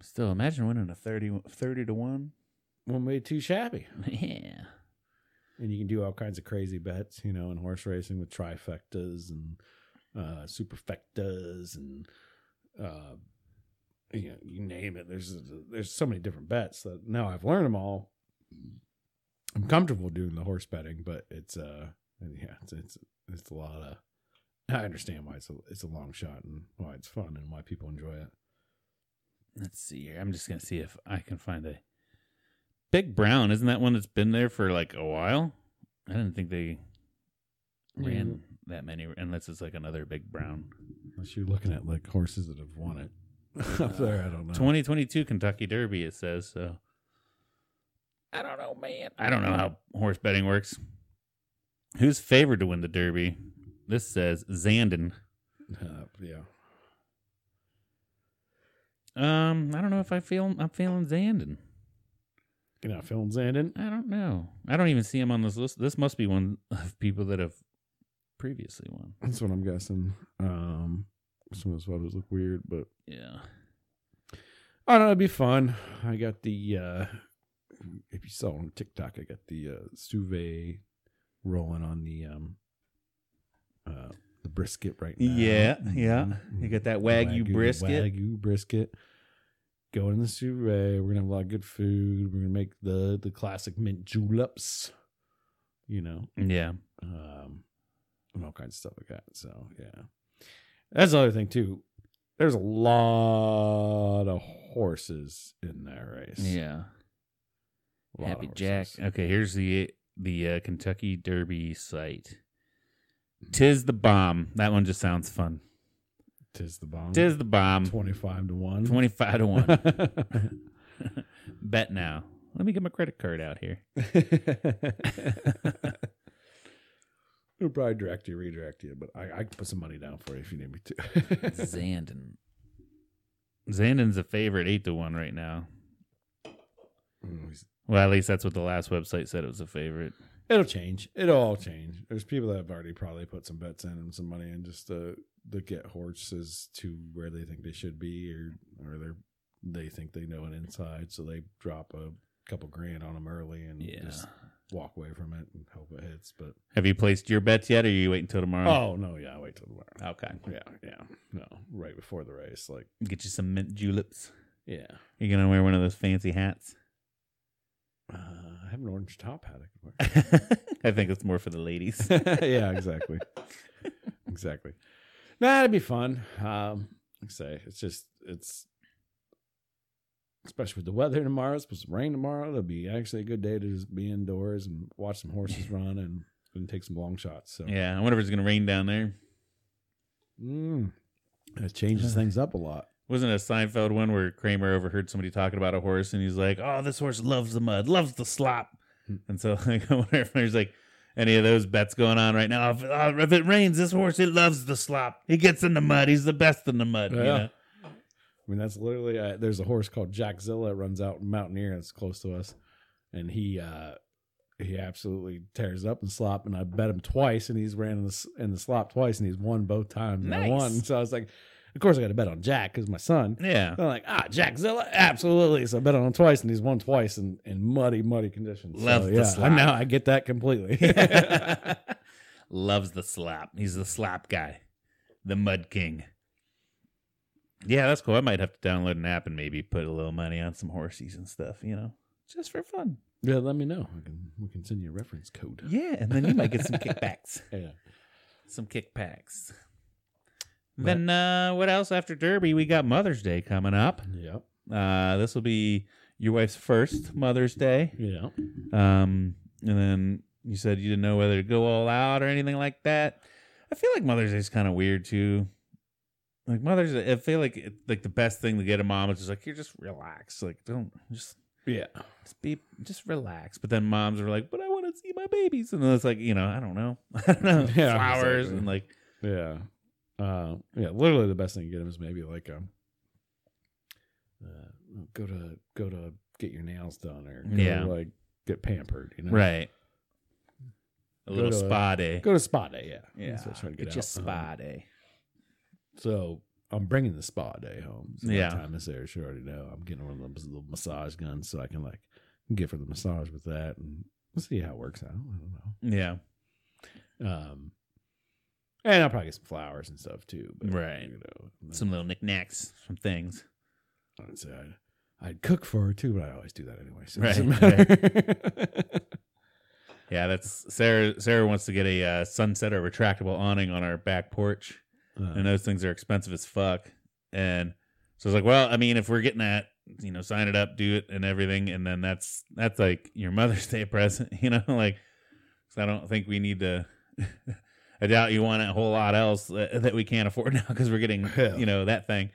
Speaker 1: Still, imagine winning a 30, 30 to one.
Speaker 2: one way too shabby,
Speaker 1: Yeah.
Speaker 2: and you can do all kinds of crazy bets, you know, in horse racing with trifectas and uh, superfectas and uh, you know, you name it. There's there's so many different bets that now I've learned them all. I'm comfortable doing the horse betting, but it's uh yeah, it's it's, it's a lot of. I understand why it's a it's a long shot and why it's fun and why people enjoy it.
Speaker 1: Let's see here. I'm just gonna see if I can find a Big Brown. Isn't that one that's been there for like a while? I didn't think they ran that many, unless it's like another Big Brown.
Speaker 2: Unless you're looking at like horses that have won it up there, I don't know.
Speaker 1: 2022 Kentucky Derby. It says so. I don't know, man. I don't know how horse betting works. Who's favored to win the Derby? This says Zandon.
Speaker 2: Uh, yeah,
Speaker 1: Um, I don't know if I feel I'm feeling Zandon.
Speaker 2: you know, Phil and Zandon.
Speaker 1: I don't know. I don't even see him on this list. This must be one of people that have previously won.
Speaker 2: That's what I'm guessing. Um, some of those photos look weird, but
Speaker 1: Yeah.
Speaker 2: I don't know. It'd be fun. I got the uh, if you saw on TikTok, I got the uh, Suve rolling on the um, uh, the brisket right now.
Speaker 1: Yeah, yeah.
Speaker 2: Mhm.
Speaker 1: You got that Wagyu brisket.
Speaker 2: Wagyu brisket. Going in the Suve. We're gonna have a lot of good food. We're gonna make the the classic mint juleps. You know,
Speaker 1: Yeah.
Speaker 2: um, and all kinds of stuff like that. So yeah, that's the other thing too. There's a lot of horses in that race.
Speaker 1: Yeah.
Speaker 2: A lot of
Speaker 1: Happy
Speaker 2: horses.
Speaker 1: Jack. Okay, here's the the uh, Kentucky Derby site. Tis the bomb. That one just sounds fun.
Speaker 2: Tis the bomb.
Speaker 1: Tis the bomb.
Speaker 2: twenty-five to one.
Speaker 1: 25 to 1. Bet now. Let me get my credit card out here.
Speaker 2: It'll probably direct you, redirect you, but I, I can put some money down for you if you need me to.
Speaker 1: Zandon. Zandon's a favorite 8 to 1 right now.
Speaker 2: Mm,
Speaker 1: Well, at least that's what the last website said it was a favorite.
Speaker 2: It'll change. It'll all change. There's people that have already probably put some bets in and some money in just to, to get horses to where they think they should be or or they're they think they know it inside, so they drop a couple grand on them early and
Speaker 1: Yeah.
Speaker 2: just walk away from it and hope it hits. But
Speaker 1: Have you placed your bets yet, or you wait until tomorrow?
Speaker 2: oh no, yeah, I wait till tomorrow.
Speaker 1: okay.
Speaker 2: Yeah, yeah, no, right before the race, like
Speaker 1: Get you some mint juleps.
Speaker 2: yeah.
Speaker 1: You gonna wear one of those fancy hats?
Speaker 2: Uh, I have an orange top hat I could
Speaker 1: I think it's more for the ladies.
Speaker 2: wear. yeah, exactly, exactly. Nah, it'd be fun. Um, like I say it's just it's especially with the weather tomorrow. It's supposed to rain tomorrow. It'll be actually a good day to just be indoors and watch some horses run and, and take some long shots. So
Speaker 1: yeah, I wonder if it's gonna rain down there.
Speaker 2: Mm. It changes things up a lot.
Speaker 1: Wasn't it a Seinfeld one where Kramer overheard somebody talking about a horse and he's like, "Oh, this horse loves the mud, loves the slop,"
Speaker 2: Hmm.
Speaker 1: and so like, I wonder if there's like any of those bets going on right now. If, uh, if it rains, this horse it loves the slop. He gets in the mud. He's the best in the mud. You
Speaker 2: Yeah.
Speaker 1: know?
Speaker 2: I mean, that's literally uh, there's a horse called Jackzilla that runs out in Mountaineer that's close to us, and he uh he absolutely tears up and slop. And I bet him twice, and he's ran in the s- in the slop twice, and he's won both times. And I
Speaker 1: Nice.
Speaker 2: won, so I was like, of course I got to bet on Jack because my son.
Speaker 1: Yeah.
Speaker 2: And I'm like, ah, Jackzilla, absolutely. So I bet on him twice, and he's won twice in, in muddy, muddy conditions.
Speaker 1: Love
Speaker 2: so,
Speaker 1: the
Speaker 2: yeah, I
Speaker 1: slop.
Speaker 2: now I get that completely.
Speaker 1: Loves the slap. He's the slap guy, the mud king. Yeah, that's cool. I might have to download an app and maybe put a little money on some horsies and stuff, you know, just for fun.
Speaker 2: yeah, let me know. I can, we can send you a reference code.
Speaker 1: Yeah, and then you might get some kickbacks.
Speaker 2: Yeah.
Speaker 1: Some kickbacks. Then uh, what else after Derby? We got Mother's Day coming up.
Speaker 2: Yep.
Speaker 1: Uh, this will be your wife's first Mother's Day.
Speaker 2: Yeah.
Speaker 1: Um, and then you said you didn't know whether to go all out or anything like that. I feel like Mother's Day is kind of weird too. Like Mother's Day, I feel like it, like the best thing to get a mom is just like you're just relax, like don't just
Speaker 2: Yeah.
Speaker 1: just be just relax. But then moms are like, but I want to see my babies, and then it's like you know I don't know, I don't know
Speaker 2: Yeah,
Speaker 1: flowers
Speaker 2: exactly.
Speaker 1: and like
Speaker 2: Yeah. Uh, yeah. Literally, the best thing you get them is maybe like um, uh, go to go to get your nails done or go
Speaker 1: Yeah.
Speaker 2: to, like get pampered. You know,
Speaker 1: right a
Speaker 2: Go
Speaker 1: little
Speaker 2: to a-
Speaker 1: spa day.
Speaker 2: Go to spa day. Yeah.
Speaker 1: yeah,
Speaker 2: That's what I'm trying to get,
Speaker 1: get
Speaker 2: out.
Speaker 1: your spa
Speaker 2: Um,
Speaker 1: day.
Speaker 2: so I'm bringing the spa day home. So
Speaker 1: Yeah.
Speaker 2: By the time it's there, she already know. I'm getting one of those little massage guns so I can like give her the massage with that and we'll see how it works out. I don't know.
Speaker 1: Yeah,
Speaker 2: Um, and I'll probably get some flowers and stuff too.
Speaker 1: Right.
Speaker 2: You know, and
Speaker 1: some little knickknacks, some things.
Speaker 2: then I'd say I'd, I'd cook for her too, but I always do that anyway. So it doesn't
Speaker 1: Right,
Speaker 2: matter.
Speaker 1: Yeah, that's Sarah. Sarah wants to get a uh, sunset or retractable awning on our back porch, and
Speaker 2: Uh,
Speaker 1: those things are expensive as fuck. And so I was like, well, I mean, if we're getting that, you know, sign it up, do it, and everything, and then that's that's like your Mother's Day present, you know, like. So I don't think we need to. I doubt you want a whole lot else that, that we can't afford now because we're getting,
Speaker 2: Yeah.
Speaker 1: you know, that thing.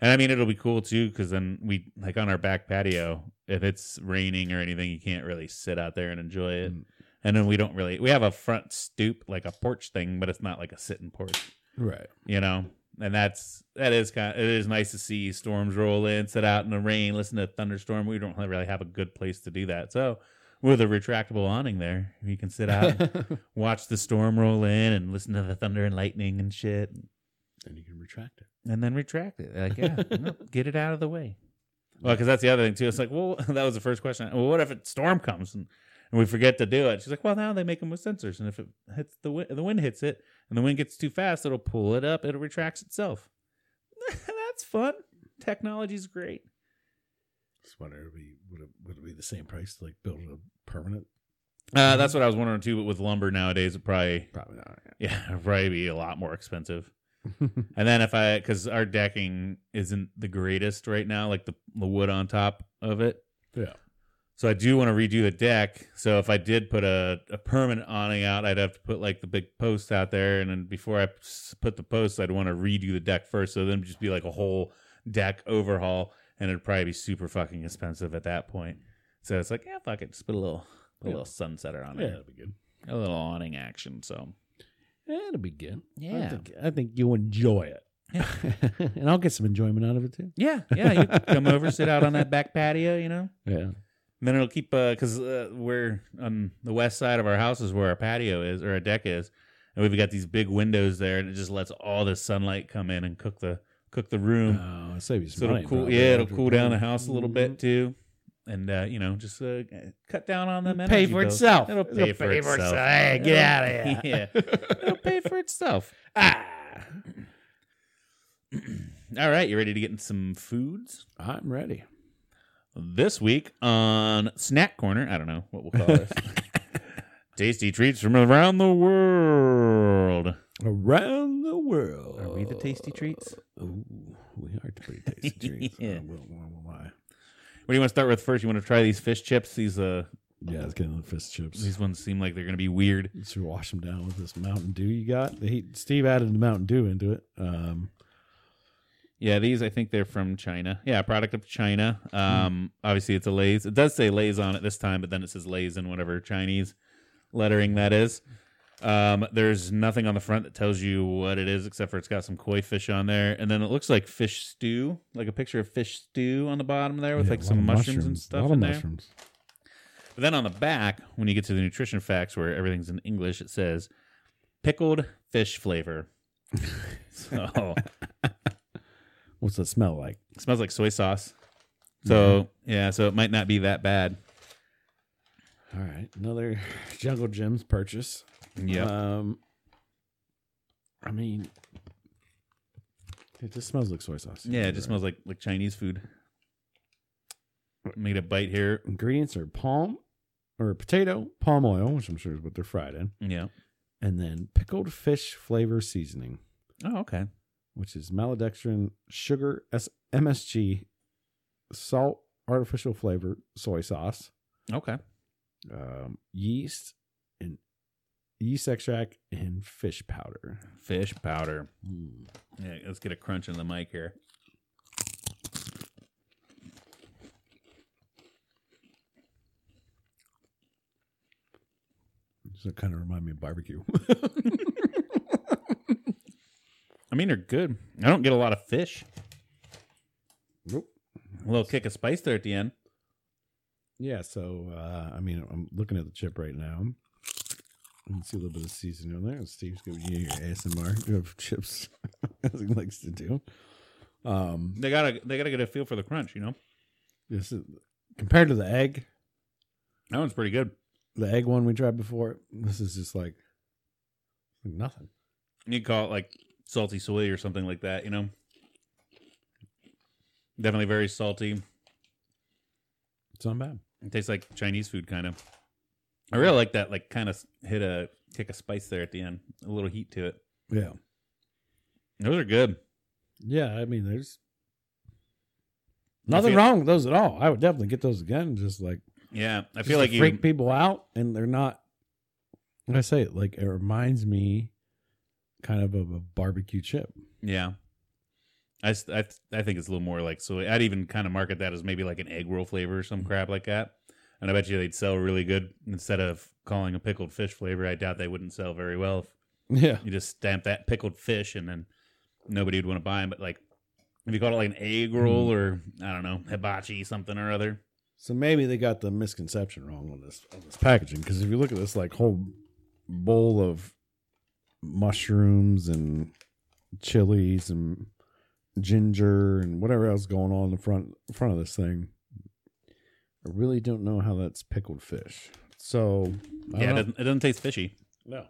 Speaker 1: And I mean, it'll be cool too because then we like on our back patio. If it's raining or anything, you can't really sit out there and enjoy it.
Speaker 2: Mm.
Speaker 1: And then we don't really we have a front stoop like a porch thing, but it's not like a sitting porch,
Speaker 2: right.
Speaker 1: you know. And that's that is kind. it is nice to see storms roll in, sit out in the rain, listen to a thunderstorm. We don't really have a good place to do that. So with a retractable awning there, you can sit out, and watch the storm roll in, and listen to the thunder and lightning and shit
Speaker 2: and you can retract it.
Speaker 1: and then retract it. Like, yeah, no, get it out of the way. Well, because that's the other thing too. It's like, well, that was the first question. Well, what if a storm comes and, and we forget to do it? She's like, well, now they make them with sensors, and if it hits the wind, the wind hits it, and the wind gets too fast, it'll pull it up. It retracts itself. that's fun. Technology's great.
Speaker 2: Just wonder would it be would it, would it be the same price to like build a permanent?
Speaker 1: Uh, that's what I was wondering too. But with lumber nowadays, it probably
Speaker 2: Probably not. yeah.
Speaker 1: yeah, it'd probably be a lot more expensive. And then if I, because our decking isn't the greatest right now, like the, the wood on top of it.
Speaker 2: Yeah.
Speaker 1: So I do want to redo the deck. So if I did put a, a permanent awning out, I'd have to put like the big post out there. And then before I s- put the post, I'd want to redo the deck first. So then it'd just be like a whole deck overhaul. And it'd probably be super fucking expensive at that point. So it's like, yeah, fuck it. Just put a little, put a
Speaker 2: Yeah.
Speaker 1: little sunsetter on
Speaker 2: yeah,
Speaker 1: it.
Speaker 2: that'd be good.
Speaker 1: A little awning action. So
Speaker 2: Yeah, it'll be good. I
Speaker 1: Yeah.
Speaker 2: think, I think you'll enjoy it. and I'll get some enjoyment out of it too.
Speaker 1: yeah, yeah. You could come over, sit out on that back patio, you know?
Speaker 2: Yeah.
Speaker 1: And then it'll keep because uh, we're on the west side of our house is where our patio is or our deck is, and we've got these big windows there, and it just lets all the sunlight come in and cook the cook the room.
Speaker 2: Oh, save you some
Speaker 1: so it'll
Speaker 2: money,
Speaker 1: cool,
Speaker 2: probably,
Speaker 1: yeah, it'll
Speaker 2: after
Speaker 1: cool
Speaker 2: the
Speaker 1: down the
Speaker 2: time.
Speaker 1: house a little
Speaker 2: Mm,
Speaker 1: bit too, and uh, you know, just uh, cut down on them.
Speaker 2: Pay
Speaker 1: energy
Speaker 2: for
Speaker 1: bills.
Speaker 2: itself.
Speaker 1: It'll pay, for, itself.
Speaker 2: Hey, get out of here.
Speaker 1: yeah, it'll pay for itself.
Speaker 2: Ah,
Speaker 1: All right, you ready to get in some foods
Speaker 2: I'm ready.
Speaker 1: this week on Snack Corner? I don't know what we'll call this. Tasty treats from around the world.
Speaker 2: Around the world.
Speaker 1: Are we the tasty treats?
Speaker 2: Ooh, we are the pretty tasty treats. Uh,
Speaker 1: Yeah.
Speaker 2: I won't, I won't lie.
Speaker 1: What do you want to start with first? You want to try these fish chips? These uh,
Speaker 2: Yeah, it's getting the fist chips.
Speaker 1: these ones seem like they're gonna be weird.
Speaker 2: You should wash them down with this Mountain Dew you got. He, Steve added the Mountain Dew into it. Um,
Speaker 1: Yeah, these I think they're from China. Yeah, product of China. Um, obviously it's a Lay's. It does say Lay's on it this time, but then it says Lay's in whatever Chinese lettering that is. Um, there's nothing on the front that tells you what it is, except for it's got some koi fish on there, and then it looks like fish stew, like a picture of fish stew on the bottom there with
Speaker 2: yeah,
Speaker 1: like
Speaker 2: a lot
Speaker 1: some
Speaker 2: of
Speaker 1: mushrooms, and
Speaker 2: A lot
Speaker 1: stuff
Speaker 2: of
Speaker 1: in there.
Speaker 2: mushrooms.
Speaker 1: But then on the back, when you get to the nutrition facts where everything's in English, it says pickled fish flavor. so
Speaker 2: What's that smell like?
Speaker 1: It smells like soy sauce. So yeah, so it might not be that bad.
Speaker 2: All right, another Jungle Gems purchase. Um, I mean, it just smells like soy sauce.
Speaker 1: yeah, it just
Speaker 2: Right.
Speaker 1: smells like like Chinese food. Made a bite here.
Speaker 2: Ingredients are palm or potato, palm oil, which I'm sure is what they're fried in,
Speaker 1: Yeah.
Speaker 2: and then pickled fish flavor seasoning,
Speaker 1: Oh, okay.
Speaker 2: which is maltodextrin, sugar, S- MSG, salt, artificial flavor, soy sauce,
Speaker 1: Okay.
Speaker 2: um, yeast, and yeast extract, and fish powder.
Speaker 1: Fish powder.
Speaker 2: Hmm.
Speaker 1: Yeah, let's get a crunch in the mic here.
Speaker 2: So it kind of remind me of barbecue.
Speaker 1: I mean, they're good. I don't get a lot of fish.
Speaker 2: Nope.
Speaker 1: A little kick of spice there at the end.
Speaker 2: Yeah, so uh, I mean, I'm looking at the chip right now. You can see a little bit of seasoning on there. And Steve's giving you your ASMR of chips, as he likes to do. Um,
Speaker 1: They gotta they gotta get a feel for the crunch. You know,
Speaker 2: this is, compared to the egg,
Speaker 1: that one's pretty good.
Speaker 2: the egg one we tried before, this is just like nothing.
Speaker 1: You could call it like salty soy or something like that, you know? Definitely very salty.
Speaker 2: It's not bad.
Speaker 1: It tastes like Chinese food kind of. I really like that like kind of hit a kick of spice there at the end. A little heat to it.
Speaker 2: Yeah,
Speaker 1: Those are good.
Speaker 2: yeah. I mean, there's
Speaker 1: I
Speaker 2: nothing
Speaker 1: feel-
Speaker 2: wrong with those at all. I would definitely get those again. Just like
Speaker 1: Yeah. I
Speaker 2: just
Speaker 1: feel
Speaker 2: to
Speaker 1: like you
Speaker 2: freak people out, and they're not. When I say it like it reminds me, kind of of a barbecue chip.
Speaker 1: Yeah. I, s- I, th- I think it's a little more like soy. I'd even kind of market that as maybe like an egg roll flavor or
Speaker 2: Mm.
Speaker 1: some crap like that. And I bet you they'd sell really good instead of calling a pickled fish flavor. I doubt they wouldn't sell very well if
Speaker 2: Yeah,
Speaker 1: you just stamp that pickled fish and then nobody would want to buy them. But like, if you call it like an egg roll or I don't know hibachi something or other,
Speaker 2: so maybe they got the misconception wrong on this on this packaging because if you look at this like whole bowl of mushrooms and chilies and ginger and whatever else going on in the front front of this thing, I really don't know how that's pickled fish. So I
Speaker 1: yeah, it
Speaker 2: don't know.
Speaker 1: doesn't, it doesn't taste fishy.
Speaker 2: no,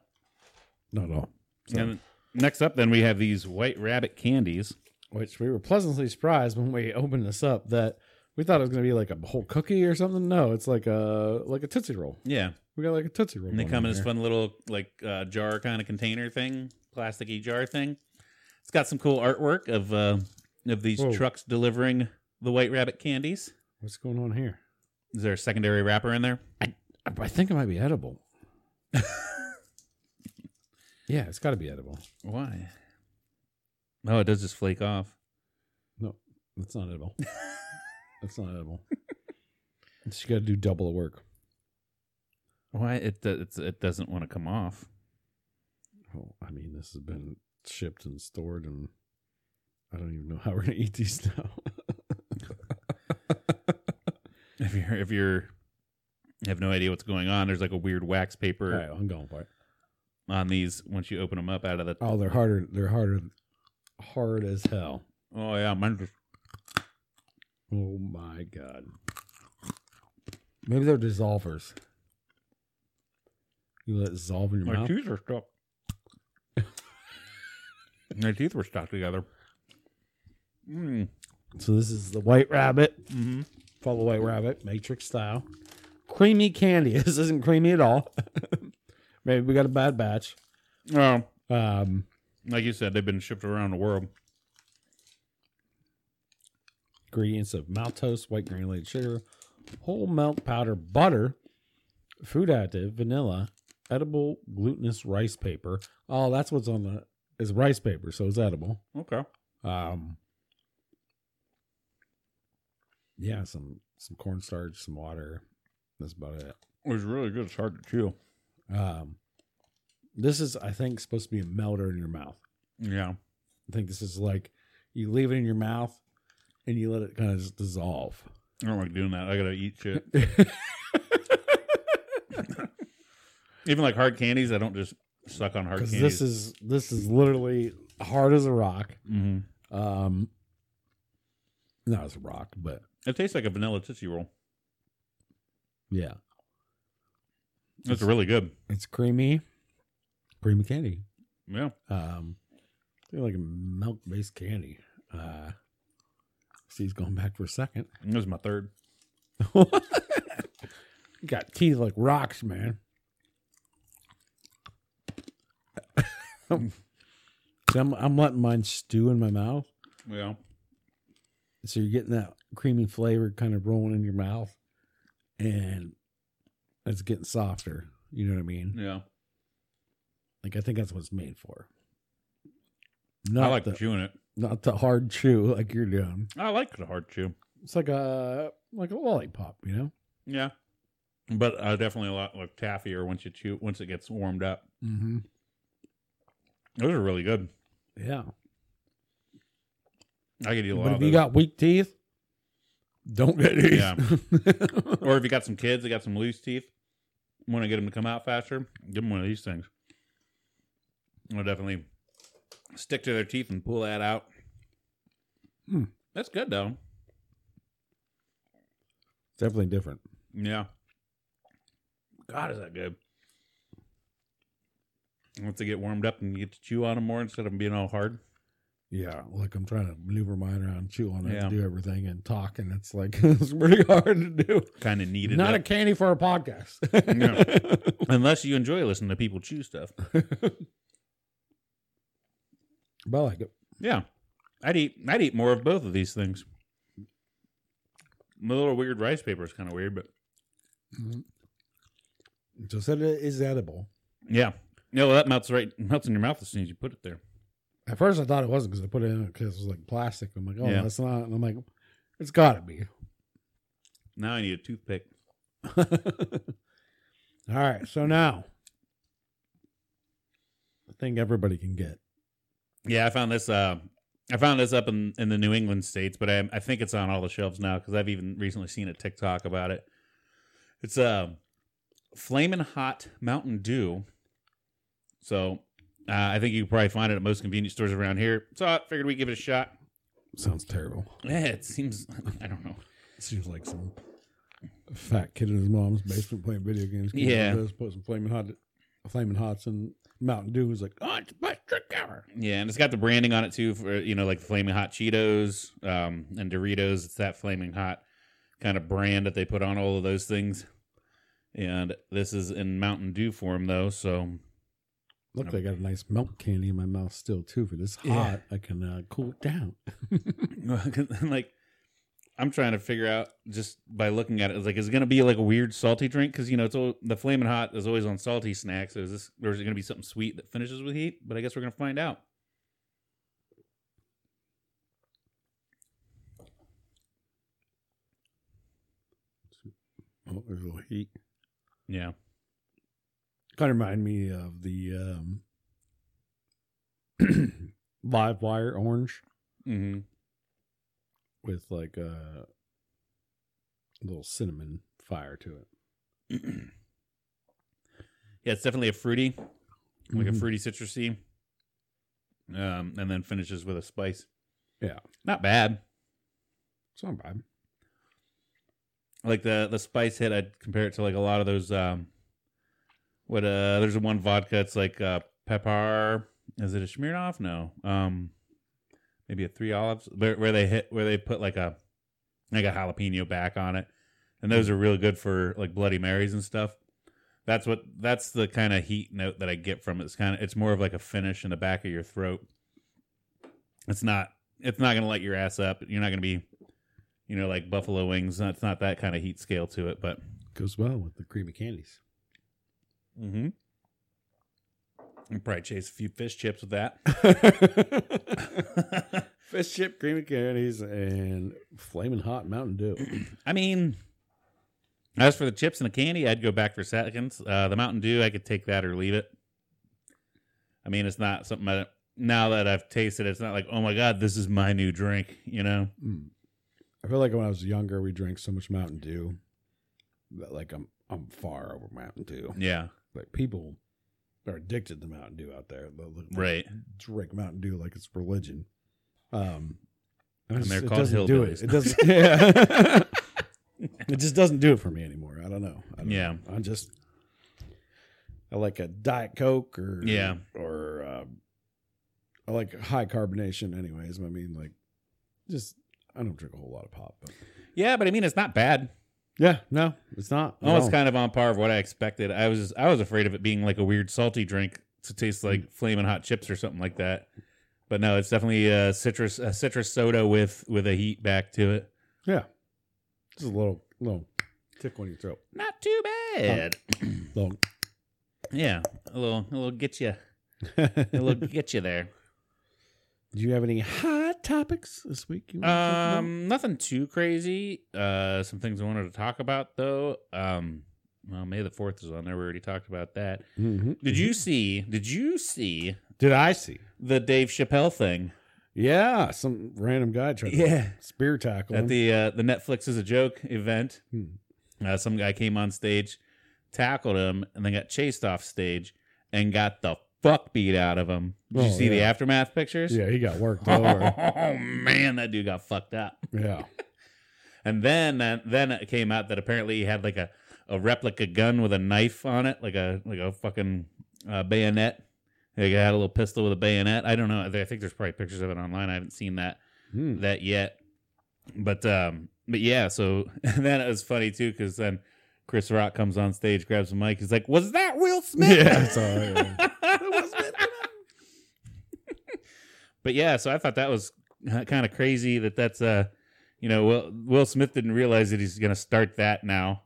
Speaker 2: not at all. So-
Speaker 1: And next up, then we have these white rabbit candies.
Speaker 2: which we were pleasantly surprised when we opened this up that we thought it was going to be like a whole cookie or something. No, it's like a like a tootsie roll.
Speaker 1: Yeah,
Speaker 2: We got like a tootsie roll.
Speaker 1: and they
Speaker 2: going
Speaker 1: come in
Speaker 2: on
Speaker 1: this
Speaker 2: here.
Speaker 1: fun little like uh, jar kind of container thing, plasticky jar thing. It's got some cool artwork of uh, of these
Speaker 2: Whoa.
Speaker 1: trucks delivering the white rabbit candies.
Speaker 2: What's going on here?
Speaker 1: Is there a secondary wrapper in there?
Speaker 2: I- I think it might be edible. yeah, it's got to be edible.
Speaker 1: Why? Oh, it does just flake off.
Speaker 2: It's not edible. It's not edible. She got to do double the work.
Speaker 1: Why it do- it's, it doesn't want to come off?
Speaker 2: Oh, I mean, this has been shipped and stored, and I don't even know how we're gonna eat these now.
Speaker 1: If you're if you're have no idea what's going on, there's like a weird wax
Speaker 2: All
Speaker 1: paper
Speaker 2: right, I'm going for it.
Speaker 1: on these once you open them up out of the.
Speaker 2: Oh, they're harder. They're harder. Hard as hell.
Speaker 1: Oh yeah, mine just
Speaker 2: Oh my god. Maybe they're dissolvers. You let it dissolve in your
Speaker 1: my
Speaker 2: mouth.
Speaker 1: teeth are stuck. my teeth were stuck together. Mm.
Speaker 2: So this is the White Rabbit,
Speaker 1: Mm-hmm.
Speaker 2: follow White Rabbit, Matrix style, creamy candy. This isn't creamy at all. Maybe we got a bad batch.
Speaker 1: Oh,
Speaker 2: Um,
Speaker 1: like you said, they've been shipped around the world.
Speaker 2: ingredients of maltose, white granulated sugar, whole milk powder, butter, food additive, vanilla, edible glutinous rice paper. Oh, that's what's on the is rice paper, so it's edible.
Speaker 1: Okay.
Speaker 2: Um, yeah, some some cornstarch, some water. That's about it.
Speaker 1: It was really good. It's hard to chew.
Speaker 2: Um, this is, I think, supposed to be a melter in your mouth.
Speaker 1: Yeah.
Speaker 2: I think this is like you leave it in your mouth and you let it kind of just dissolve.
Speaker 1: I don't like doing that. I gotta eat shit. Even like hard candies, I don't just suck on hard
Speaker 2: Because
Speaker 1: candies.
Speaker 2: this is this is literally hard as a rock.
Speaker 1: hmm
Speaker 2: Um, not as a rock, but
Speaker 1: It tastes like a vanilla tootsie roll.
Speaker 2: yeah,
Speaker 1: It's really good.
Speaker 2: it's creamy, creamy candy.
Speaker 1: Yeah.
Speaker 2: Um, they're like a milk based candy. Uh, Steve's going back for a second.
Speaker 1: This is my third.
Speaker 2: you got teeth like rocks, man. See, I'm, I'm letting mine stew in my mouth.
Speaker 1: Yeah.
Speaker 2: So you're getting that creamy flavor kind of rolling in your mouth and it's getting softer. You know what I mean?
Speaker 1: Yeah.
Speaker 2: Like, I think that's what it's made for. Not
Speaker 1: I like
Speaker 2: the,
Speaker 1: chewing it.
Speaker 2: not the hard chew like you're doing.
Speaker 1: I like the hard chew.
Speaker 2: It's like a like a lollipop, you know.
Speaker 1: Yeah. But uh, definitely a lot like taffier once you chew once it gets warmed up.
Speaker 2: Mm-hmm.
Speaker 1: Those are really good.
Speaker 2: Yeah,
Speaker 1: I could eat a lot
Speaker 2: but
Speaker 1: of
Speaker 2: if
Speaker 1: those.
Speaker 2: you got weak teeth, don't get these.
Speaker 1: Yeah. or if you got some kids that got some loose teeth, want to get them to come out faster, give them one of these things. I'll definitely stick to their teeth and pull that out.
Speaker 2: Hmm.
Speaker 1: That's good though.
Speaker 2: Definitely different.
Speaker 1: Yeah. God, is that good? Once they get warmed up and you get to chew on them more instead of 'em being all hard.
Speaker 2: Yeah, like I'm trying to maneuver mine around, chew on it,
Speaker 1: Yeah.
Speaker 2: do everything, and talk, and it's like it's pretty hard to do.
Speaker 1: Kind of needed.
Speaker 2: Not a
Speaker 1: up.
Speaker 2: candy for a podcast.
Speaker 1: unless you enjoy listening to people chew stuff.
Speaker 2: but I like it.
Speaker 1: Yeah, I'd eat. I'd eat more of both of these things. The little weird rice paper is kind of weird, but
Speaker 2: Just that it is edible.
Speaker 1: yeah, no, well, that melts right melts in your mouth as soon as you put it there.
Speaker 2: At first, I thought it wasn't because I put it in because it was like plastic. I'm like, oh,
Speaker 1: Yeah.
Speaker 2: that's not. And I'm like, it's got to be.
Speaker 1: Now I need a toothpick.
Speaker 2: All right, so now I think everybody can get.
Speaker 1: Yeah, I found this. Uh, I found this up in, in the New England states, but I, I think it's on all the shelves now because I've even recently seen a TikTok about it. It's uh, flaming hot Mountain Dew. So uh, I think you can probably find it at most convenience stores around here. Saw it, figured we'd give it a shot.
Speaker 2: Sounds terrible.
Speaker 1: Yeah, it seems. I don't know.
Speaker 2: seems like some fat kid in his mom's basement playing video games. Came
Speaker 1: Yeah.
Speaker 2: downstairs, put some flaming hot, flaming hots and Mountain Dew. Was like, oh, it's the best drink ever.
Speaker 1: Yeah, and it's got the branding on it too for you know like flaming hot Cheetos um, and Doritos. It's that flaming hot kind of brand that they put on all of those things. And this is in Mountain Dew form though, so
Speaker 2: Look, I got a nice milk candy in my mouth still too. If it is hot,
Speaker 1: Yeah.
Speaker 2: I can uh, cool it down.
Speaker 1: like I'm trying to figure out just by looking at it, it's like is it gonna be like a weird salty drink? Because you know it's all, the flaming hot is always on salty snacks. So is this or is it gonna be something sweet that finishes with heat? But I guess we're gonna find out.
Speaker 2: Oh, there's a little heat.
Speaker 1: Yeah,
Speaker 2: Kind of remind me of the um, live wire orange.
Speaker 1: mm-hmm.
Speaker 2: with like a little cinnamon fire to it.
Speaker 1: yeah, it's definitely a fruity. like a
Speaker 2: Mhm.
Speaker 1: fruity citrusy, um, and then finishes with a spice.
Speaker 2: Yeah.
Speaker 1: Not bad.
Speaker 2: It's not bad.
Speaker 1: Like the the spice hit, I'd compare it to like a lot of those. Um, what uh, there's one vodka. It's like uh, Pepper. Is it a Smirnoff? No. Um, maybe a Three Olives. Where, where they hit, where they put like a like a jalapeno back on it, and those are really good for like Bloody Marys and stuff. That's what that's the kind of heat note that I get from it. It's kind of it's more of like a finish in the back of your throat. It's not it's not going to light your ass up. You're not going to be you know, like buffalo wings. It's not that kind of heat scale to it, but
Speaker 2: Goes well with the creamy candies.
Speaker 1: mm-hmm. I'd probably chase a few fish chips with that.
Speaker 2: Fish chip, creamy candies, and flaming hot Mountain Dew.
Speaker 1: I mean, as for the chips and the candy, I'd go back for seconds. Uh, the Mountain Dew, I could take that or leave it. I mean, it's not something I, now that I've tasted. it, It's not like, oh my god, this is my new drink. You know,
Speaker 2: Mm. I feel like when I was younger, we drank so much Mountain Dew that like I'm I'm far over Mountain Dew.
Speaker 1: yeah,
Speaker 2: Like people are addicted to Mountain Dew out there. They'll- they'll
Speaker 1: right.
Speaker 2: drink Mountain Dew like it's religion. Um, I
Speaker 1: And
Speaker 2: just-
Speaker 1: they're
Speaker 2: it
Speaker 1: called
Speaker 2: doesn't do
Speaker 1: hillbillies.
Speaker 2: it. It doesn't. Yeah. it just doesn't do it for me anymore. I don't know. I don't
Speaker 1: Yeah.
Speaker 2: know. I'm just. I like a diet coke or
Speaker 1: Yeah.
Speaker 2: or uh, I like high carbonation. Anyways, I mean like just I don't drink a whole lot of pop. But
Speaker 1: Yeah, but I mean, it's not bad.
Speaker 2: yeah, no, it's not. at
Speaker 1: Almost
Speaker 2: all.
Speaker 1: kind of on par of what I expected. I was I was afraid of it being like a weird salty drink to taste like flaming hot chips or something like that. But no, it's definitely a citrus a citrus soda with with a heat back to it.
Speaker 2: yeah, just a little little tickle in your throat.
Speaker 1: Not too bad.
Speaker 2: Little
Speaker 1: Yeah, a little a little get you a little get you there.
Speaker 2: Do you have any hot topics this week? You wanna talk about?
Speaker 1: Um, nothing too crazy. Uh, some things I wanted to talk about though. Um, well, May the Fourth is on there. We already talked about that.
Speaker 2: Mhm.
Speaker 1: Did you see? Did you see
Speaker 2: Did I see?
Speaker 1: the Dave Chappelle thing?
Speaker 2: Yeah, some random guy tried
Speaker 1: Yeah.
Speaker 2: to spear tackle
Speaker 1: at
Speaker 2: him.
Speaker 1: the uh, the Netflix is a joke event.
Speaker 2: Hmm.
Speaker 1: Uh, some guy came on stage, tackled him, and then got chased off stage and got the fuck beat out of him. Did you
Speaker 2: Oh,
Speaker 1: see the
Speaker 2: yeah.
Speaker 1: aftermath pictures?
Speaker 2: yeah, he got worked over.
Speaker 1: Oh man, that dude got fucked up.
Speaker 2: yeah,
Speaker 1: And then then- then it came out that apparently he had like a, a replica gun with a knife on it, like a like a fucking uh, bayonet. Like it had a little pistol with a bayonet. I don't know. I think there's probably pictures of it online. I haven't seen that
Speaker 2: Hmm.
Speaker 1: that yet. But um, but yeah, so and then it was funny too because then Chris Rock comes on stage, grabs the mic, he's like, "Was that Will Smith?"
Speaker 2: Yeah, it's all right,
Speaker 1: Will Smith. but yeah, so I thought that was kind of crazy that that's uh, you know, Will Will Smith didn't realize that he's gonna start that now.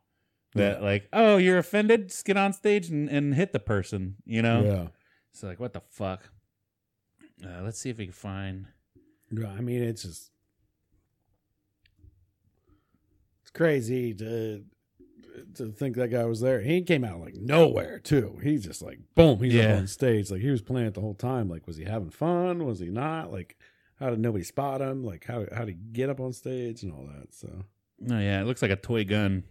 Speaker 1: That
Speaker 2: Yeah.
Speaker 1: like, oh, you're offended, just get on stage and, and hit the person, you know?
Speaker 2: yeah,
Speaker 1: So like, what the fuck? Uh, let's see if we can find.
Speaker 2: yeah. I mean, it's just it's crazy to to think that guy was there. He came out like nowhere too. He just like boom, he's
Speaker 1: Yeah.
Speaker 2: up on stage. Like he was playing it the whole time. Like, was he having fun? Was he not? Like, how did nobody spot him? Like, how how did he get up on stage and all that? So.
Speaker 1: Oh yeah, it looks like a toy gun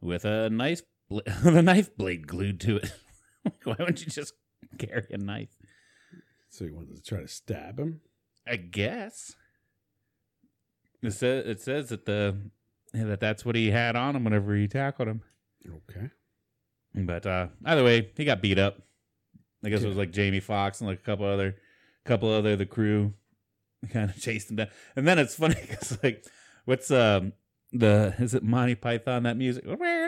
Speaker 1: with a knife, bl- the knife blade glued to it. Why wouldn't you just carry a knife?
Speaker 2: So he wanted to try to stab him.
Speaker 1: I guess. It says it says that the that that's what he had on him whenever he tackled him.
Speaker 2: Okay.
Speaker 1: But uh, either way, he got beat up. I guess it was like Jamie Foxx and like a couple other, couple other the crew, kind of chased him down. And then it's funny because like, what's um the is it Monty Python that music?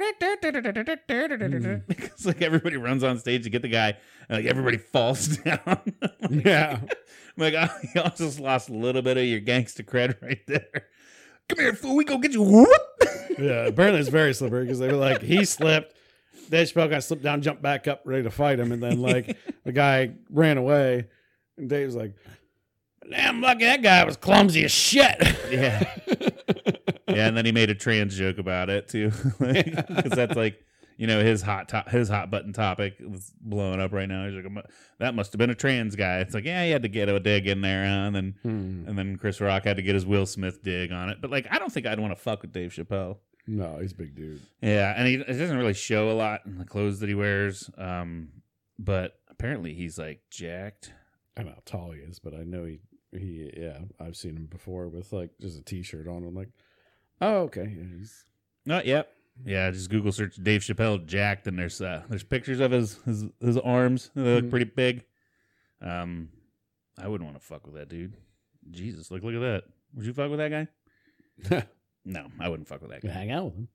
Speaker 1: Because like everybody runs on stage to get the guy, and like everybody falls down. Like,
Speaker 2: Yeah.
Speaker 1: I'm like, oh, y'all just lost a little bit of your gangster cred right there. Come here, fool. We go get you. Whoop.
Speaker 2: yeah. Apparently it's very slippery because they were like, he slipped. Dave Chappelle got slipped down, jumped back up, ready to fight him. And then like the guy ran away. And Dave's like, damn lucky that guy was clumsy as shit.
Speaker 1: Yeah. yeah, and then he made a trans joke about it too, because that's like you know his hot top, his hot button topic is blowing up right now. He's like, that must have been a trans guy. It's like, yeah, he had to get a dig in there, huh? and then
Speaker 2: Hmm.
Speaker 1: and then Chris Rock had to get his Will Smith dig on it. But like, I don't think I'd want to fuck with Dave Chappelle.
Speaker 2: No, he's a big dude.
Speaker 1: Yeah, and he it doesn't really show a lot in the clothes that he wears. Um, but apparently he's like jacked.
Speaker 2: I don't know how tall he is, but I know he he yeah, I've seen him before with like just a T-shirt on. I'm like, oh okay, yeah, he's
Speaker 1: Oh, yep. Yeah, just Google search Dave Chappelle jacked, and there's uh, there's pictures of his his, his arms. They look
Speaker 2: Mhm.
Speaker 1: pretty big. Um, I wouldn't want to fuck with that dude. Jesus, look look at that. Would you fuck with that guy? No, I wouldn't fuck with that guy.
Speaker 2: hang out with him.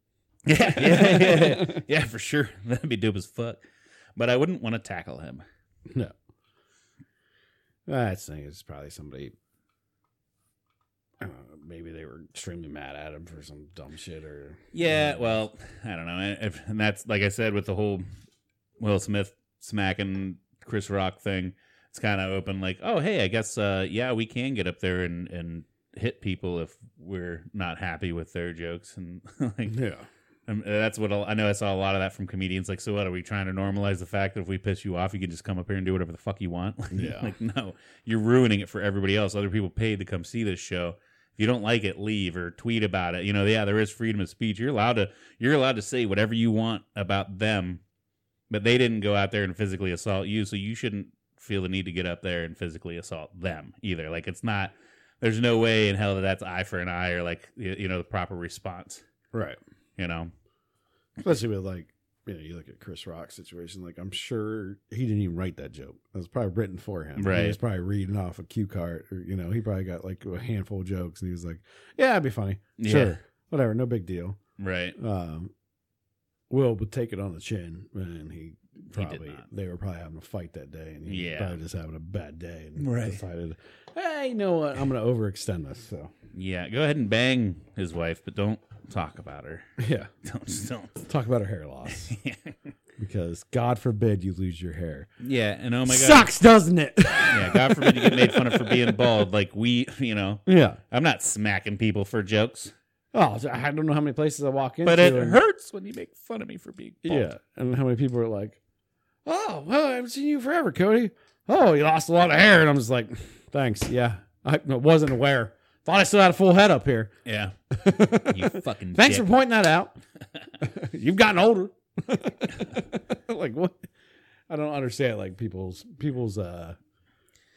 Speaker 1: yeah, yeah, yeah, yeah, yeah, for sure. That'd be dope as fuck. But I wouldn't want to tackle him.
Speaker 2: No. That's thing is probably somebody. I don't know, maybe they were extremely mad at him for some dumb shit or.
Speaker 1: Yeah, well, I don't know. I- If, and that's like I said with the whole Will Smith smacking Chris Rock thing. It's kind of open, like, oh hey, I guess uh, yeah, we can get up there and and hit people if we're not happy with their jokes, and like
Speaker 2: yeah.
Speaker 1: um, that's what I'll- I know. I saw a lot of that from comedians. Like, so what are we trying to normalize the fact that if we piss you off, you can just come up here and do whatever the fuck you want? Like,
Speaker 2: Yeah.
Speaker 1: like, no, you're ruining it for everybody else. Other people paid to come see this show. If you don't like it, leave or tweet about it. You know, yeah, there is freedom of speech. You're allowed to you're allowed to say whatever you want about them, but they didn't go out there and physically assault you, so you shouldn't feel the need to get up there and physically assault them either. Like, it's not. There's no way in hell that that's eye for an eye or like you you know the proper response.
Speaker 2: Right.
Speaker 1: You know.
Speaker 2: Especially with like, you know, you look at Chris Rock's situation. Like, I'm sure he didn't even write that joke. That was probably written for him.
Speaker 1: Right.
Speaker 2: He was probably reading off a cue card, or you know, he probably got like a handful of jokes, and he was like, "Yeah, it'd be funny.
Speaker 1: Yeah.
Speaker 2: Sure, whatever, no big deal."
Speaker 1: Right.
Speaker 2: um, Will would take it on the chin, and he probably
Speaker 1: not.
Speaker 2: they were probably having a fight that day, and he
Speaker 1: Yeah.
Speaker 2: probably just having a bad day, and
Speaker 1: Right.
Speaker 2: decided, hey, you know what, I'm going to overextend this. So
Speaker 1: Yeah, go ahead and bang his wife, but don't talk about her.
Speaker 2: yeah,
Speaker 1: Don't just don't.
Speaker 2: talk about her hair loss because God forbid you lose your hair.
Speaker 1: yeah, and oh my god,
Speaker 2: Sucks, doesn't it?
Speaker 1: yeah, God forbid you get made fun of for being bald. Like we, you know,
Speaker 2: yeah.
Speaker 1: I'm not smacking people for jokes,
Speaker 2: Oh, so I don't know how many places I walk into,
Speaker 1: but it
Speaker 2: and-
Speaker 1: hurts when you make fun of me for being bald.
Speaker 2: Yeah, and how many people are like, "Oh, well, I haven't seen you forever, Cody. Oh, you lost a lot of hair," and I'm just like, "Thanks, yeah, I wasn't aware. Thought I still had a full head up here.
Speaker 1: yeah, you fucking.
Speaker 2: Thanks
Speaker 1: dick.
Speaker 2: for pointing that out. You've gotten older. like what? I don't understand like people's people's uh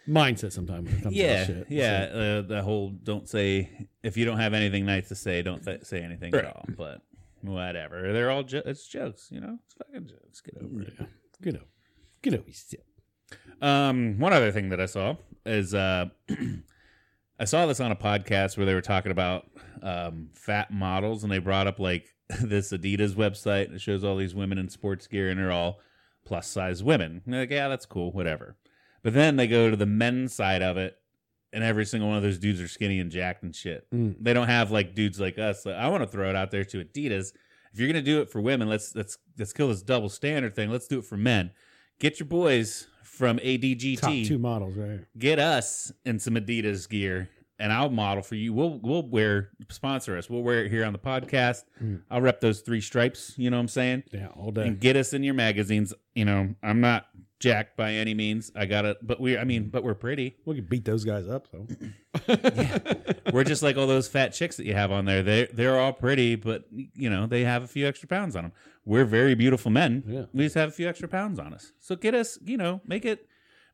Speaker 2: mindset sometimes when it comes
Speaker 1: yeah,
Speaker 2: to that shit.
Speaker 1: yeah. Uh, the whole don't say if you don't have anything nice to say, don't th- say anything
Speaker 2: Right.
Speaker 1: at all. But whatever, they're all jo- it's jokes, you know. It's fucking jokes. Get over it.
Speaker 2: yeah. Good old, good old yourself.
Speaker 1: Um, one other thing that I saw is uh, I saw this on a podcast where they were talking about um, fat models, and they brought up like this Adidas website. It shows all these women in sports gear, and they're all plus size women. And they're like, yeah, that's cool, whatever. But then they go to the men's side of it, and every single one of those dudes are skinny and jacked and shit.
Speaker 2: Mm.
Speaker 1: They don't have like dudes like us. So I want to throw it out there to Adidas. If you're gonna do it for women, let's let's let's kill this double standard thing. Let's do it for men. Get your boys from ADGT
Speaker 2: Top two models, right?
Speaker 1: get us in some Adidas gear and I'll model for you. We'll we'll wear sponsor us. We'll wear it here on the podcast.
Speaker 2: Mm.
Speaker 1: I'll rep those three stripes, you know what I'm saying?
Speaker 2: Yeah, all day.
Speaker 1: And get us in your magazines. You know, I'm not jacked by any means. I got it, but we I
Speaker 2: Mm.
Speaker 1: mean, but we're pretty.
Speaker 2: We could beat those guys up though.
Speaker 1: We're just like all those fat chicks that you have on there. They they're all pretty, but you know, they have a few extra pounds on them. We're very beautiful men.
Speaker 2: Yeah.
Speaker 1: We just have a few extra pounds on us. So get us, you know, make it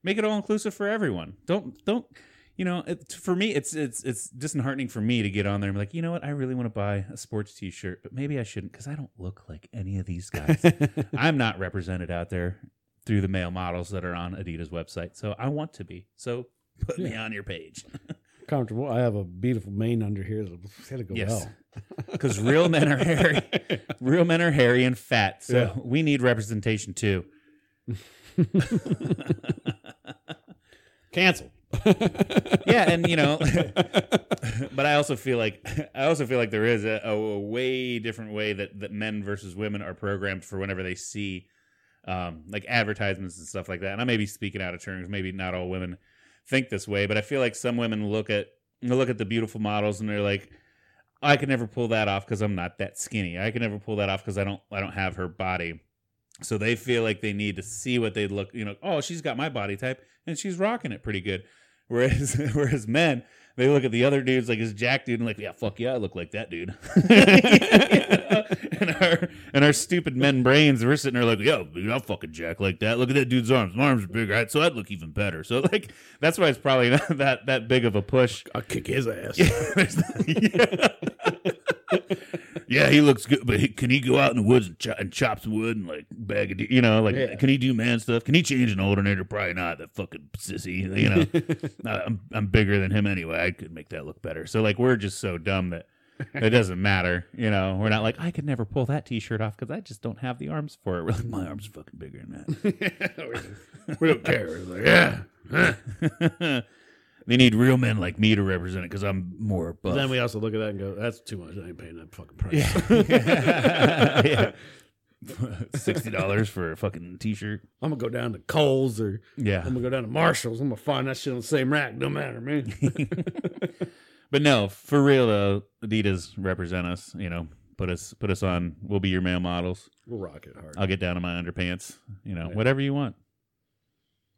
Speaker 1: make it all inclusive for everyone. Don't don't you know, it, for me it's it's it's disheartening for me to get on there and be like, "You know what? I really want to buy a sports t-shirt, but maybe I shouldn't cuz I don't look like any of these guys. I'm not represented out there through the male models that are on Adidas website. So I want to be. So put me on your page.
Speaker 2: comfortable. I have a beautiful mane under here. It's gotta go
Speaker 1: Yes.
Speaker 2: well.
Speaker 1: Because real men are hairy. Real men are hairy and fat. So
Speaker 2: Yeah.
Speaker 1: we need representation too.
Speaker 2: Cancel.
Speaker 1: Yeah, and you know, but I also feel like I also feel like there is a, a, a way different way that that men versus women are programmed for whenever they see um, like advertisements and stuff like that. And I may be speaking out of turn. 'cause Maybe not all women think this way, but I feel like some women look at they look at the beautiful models and they're like, I can never pull that off because I'm not that skinny. I can never pull that off because I don't I don't have her body. So they feel like they need to see what they look, you know, oh, she's got my body type and she's rocking it pretty good. Whereas whereas men, they look at the other dudes like his Jack dude and like, yeah, fuck yeah, I look like that dude. and our and our stupid men brains, we're sitting there like, yo, dude, I'll fucking jack like that. Look at that dude's arms. My arms are bigger, right? so I'd look even better. So like that's why it's probably not that that big of a push.
Speaker 2: I'll kick his ass.
Speaker 1: There's not- yeah. Yeah, he looks good, but he, can he go out in the woods and, cho- and chop some wood and like bag of, de- you know, like
Speaker 2: Yeah.
Speaker 1: can he do man stuff? Can he change an alternator? Probably not. That fucking sissy, you know. I- I'm I'm bigger than him anyway. I could make that look better. So like we're just so dumb that it doesn't matter. You know, we're not like I could never pull that T-shirt off because I just don't have the arms for it. We're like my arms are fucking bigger than
Speaker 2: we don't care. It's like, yeah.
Speaker 1: that. they need real men like me to represent it because I'm more buff.
Speaker 2: Then we also look at that and go, "That's too much. I ain't paying that fucking price."
Speaker 1: yeah. Sixty dollars for a fucking T-shirt.
Speaker 2: I'm gonna go down to Coles or
Speaker 1: Yeah,
Speaker 2: I'm gonna go down to Marshalls. I'm gonna find that shit on the same rack. No matter, man.
Speaker 1: But no, for real though, Adidas represent us. You know, put us put us on. We'll be your male models.
Speaker 2: We'll rock it hard.
Speaker 1: I'll get down in my underpants. You know,
Speaker 2: Yeah.
Speaker 1: whatever you want.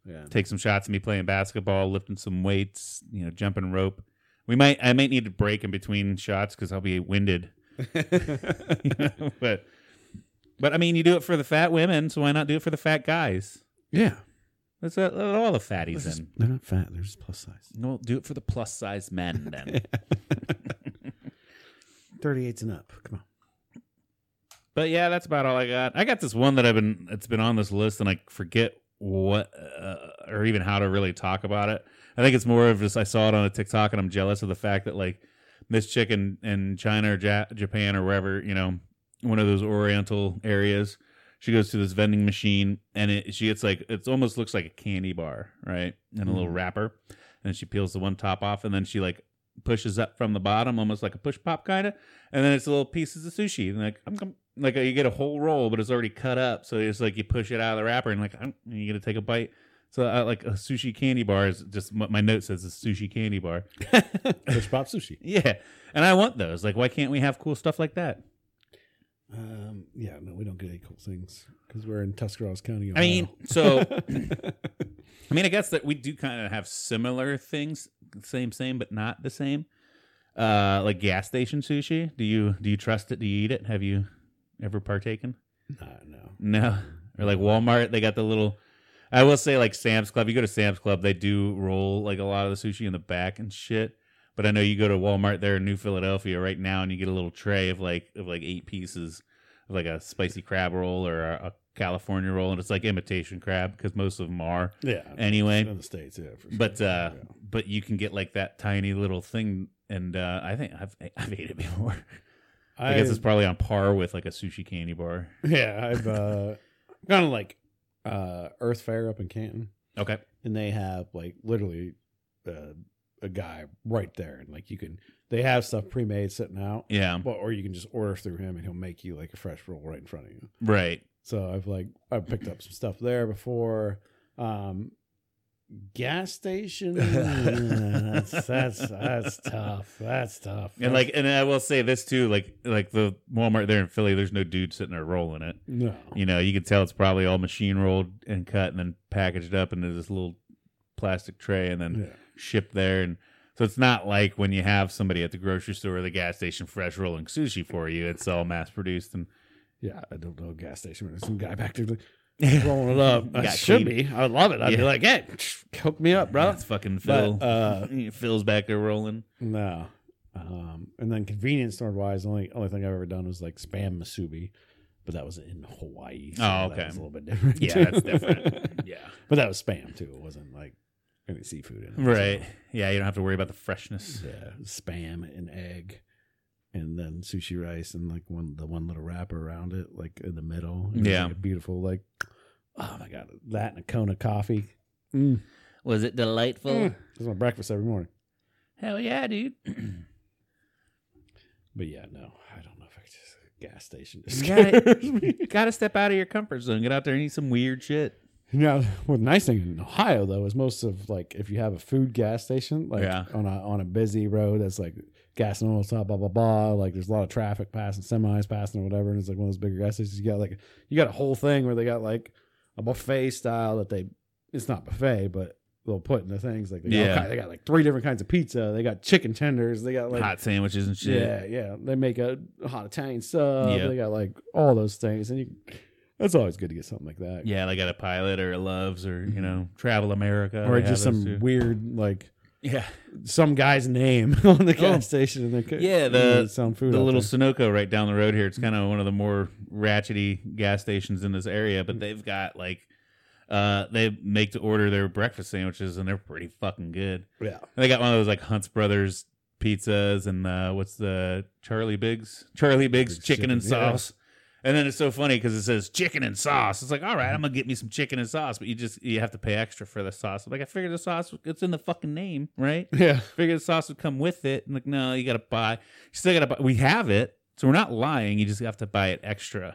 Speaker 2: yeah.
Speaker 1: Take some shots of me playing basketball, lifting some weights. You know, jumping rope. We might. I might need to break in between shots because I'll be winded. but but I mean, you do it for the fat women, so why not do it for the fat guys?
Speaker 2: yeah.
Speaker 1: Let's let, let all the fatties in.
Speaker 2: They're not fat. They're just plus size.
Speaker 1: Well, do it for the plus size men then.
Speaker 2: Thirty-eights and up. Come on.
Speaker 1: But yeah, that's about all I got. I got this one that I've been it's been on this list, and I forget what uh, or even how to really talk about it. I think it's more of just I saw it on a TikTok, and I'm jealous of the fact that like this chick in, in China or ja- Japan or wherever you know one of those Oriental areas. She goes to this vending machine, and it, she gets like it almost looks like a candy bar, right? And a little
Speaker 2: Mhm.
Speaker 1: wrapper, and she peels the one top off, and then she like pushes up from the bottom, almost like a push pop kind of, and then it's little pieces of sushi. And like I'm, com- like you get a whole roll, but it's already cut up, so it's like you push it out of the wrapper, and like I'm, and you get to take a bite. So I, like a sushi candy bar is just my, my note says a sushi candy bar.
Speaker 2: Fish pop sushi.
Speaker 1: Yeah, and I want those. Like, why can't we have cool stuff like that?
Speaker 2: Um, yeah. No, we don't get any cool things because we're in Tuscarawas County.
Speaker 1: I mean,
Speaker 2: Ohio.
Speaker 1: so I mean, I guess that we do kind of have similar things, same, same, but not the same. Uh, like gas station sushi. Do you do you trust it? Do you eat it? Have you ever partaken?
Speaker 2: I don't know.
Speaker 1: No. Or like Walmart, they got the little. I will say, like Sam's Club. You go to Sam's Club, they do roll like a lot of the sushi in the back and shit. But I know you go to Walmart there in New Philadelphia right now, and you get a little tray of like of like eight pieces of like a spicy crab roll or a, a California roll, and it's like imitation crab because most of them are
Speaker 2: Yeah.
Speaker 1: anyway
Speaker 2: in the states, yeah. For sure.
Speaker 1: but uh
Speaker 2: Yeah.
Speaker 1: but you can get like that tiny little thing and uh i think i've i've ate it before i, guess it's probably on par with like a sushi candy bar
Speaker 2: Yeah, I've uh, gone to like uh, Earth Fair up in Canton,
Speaker 1: okay
Speaker 2: and they have like literally uh, a guy right there, and like you can they have stuff pre made sitting out,
Speaker 1: yeah
Speaker 2: well, or you can just order through him, and he'll make you like a fresh roll right in front of you.
Speaker 1: right
Speaker 2: So I've like I've picked up some stuff there before. Um, gas station, yeah, that's, that's that's tough. That's tough.
Speaker 1: and like and i will say this too like like the walmart there in philly there's no dude sitting there rolling it
Speaker 2: no,
Speaker 1: you know you can tell it's probably all machine rolled and cut and then packaged up into this little plastic tray and then
Speaker 2: yeah.
Speaker 1: shipped there and so it's not like when you have somebody at the grocery store or the gas station fresh rolling sushi for you it's all mass produced and
Speaker 2: Yeah, I don't know a gas station. There's some guy back there like, rolling it up. I
Speaker 1: uh, Got
Speaker 2: should
Speaker 1: clean.
Speaker 2: be. I would love it. I'd be
Speaker 1: Yeah.
Speaker 2: like, hey, hook me up, bro.
Speaker 1: That's fucking Phil.
Speaker 2: But, uh,
Speaker 1: Phil's back there rolling.
Speaker 2: no. Um, and then convenience store wise, the only only thing I've ever done was like spam masubi, but that was in Hawaii.
Speaker 1: Oh,
Speaker 2: that
Speaker 1: okay.
Speaker 2: was a little bit different.
Speaker 1: Yeah, that's different.
Speaker 2: yeah, but that was spam too. It wasn't like any seafood in it.
Speaker 1: Right.
Speaker 2: so-
Speaker 1: Yeah, you don't have to worry about the freshness.
Speaker 2: yeah, spam and egg, and then sushi rice and like one the one little wrapper around it, like in the middle. It was,
Speaker 1: Yeah.
Speaker 2: like, a beautiful like. Oh my god, that and a Kona coffee.
Speaker 1: Was it delightful?
Speaker 2: Mm. This is my breakfast every morning.
Speaker 1: Hell yeah, dude.
Speaker 2: But yeah, no, I don't know if I could just gas station.
Speaker 1: You gotta-
Speaker 2: scares me.
Speaker 1: Got to step out of your comfort zone. Get out there and eat some weird shit.
Speaker 2: Now, well, the nice thing in Ohio though is most of like if you have a food gas station, like
Speaker 1: Yeah.
Speaker 2: on a on a busy road that's like gas and oil stop, blah blah blah. Like there's a lot of traffic passing, semis passing, or whatever. And it's like one of those bigger gas stations. You got like you got a whole thing where they got like a buffet style that they. It's not buffet, but they'll put in the things. Like they got,
Speaker 1: Yeah.
Speaker 2: all ki- they got like three different kinds of pizza. They got chicken tenders. They got like
Speaker 1: hot sandwiches and shit.
Speaker 2: yeah, yeah. They make a hot Italian sub.
Speaker 1: Yep.
Speaker 2: They got like all those things, and you, that's always good to get something like that.
Speaker 1: Yeah, like at a pilot or a Loves or you know Travel America
Speaker 2: Mm-hmm. or
Speaker 1: they have
Speaker 2: just some
Speaker 1: those too.
Speaker 2: weird like
Speaker 1: yeah
Speaker 2: some guy's name on the gas
Speaker 1: Oh.
Speaker 2: station, and they cook,
Speaker 1: Yeah, the-
Speaker 2: some food.
Speaker 1: the
Speaker 2: out
Speaker 1: little
Speaker 2: there. Mm-hmm.
Speaker 1: Sunoco right down the road here. It's kind of one of the more ratchety gas stations in this area,
Speaker 2: Mm-hmm.
Speaker 1: but they've got like uh they make to order their breakfast sandwiches and they're pretty fucking good.
Speaker 2: yeah,
Speaker 1: And they got one of those like Hunt's Brothers pizzas and uh what's the Charlie Biggs Charlie Biggs
Speaker 2: Biggs
Speaker 1: chicken and
Speaker 2: chicken, yeah.
Speaker 1: sauce. And then it's so funny because it says chicken and sauce. It's like, all right, I'm gonna get me some chicken and sauce, but you just you have to pay extra for the sauce. I'm like I figured the sauce, it's in the fucking name, right?
Speaker 2: yeah.
Speaker 1: Figured the sauce would come with it. And like, no, you gotta buy. You still gotta buy. We have it, so we're not lying. You just have to buy it extra.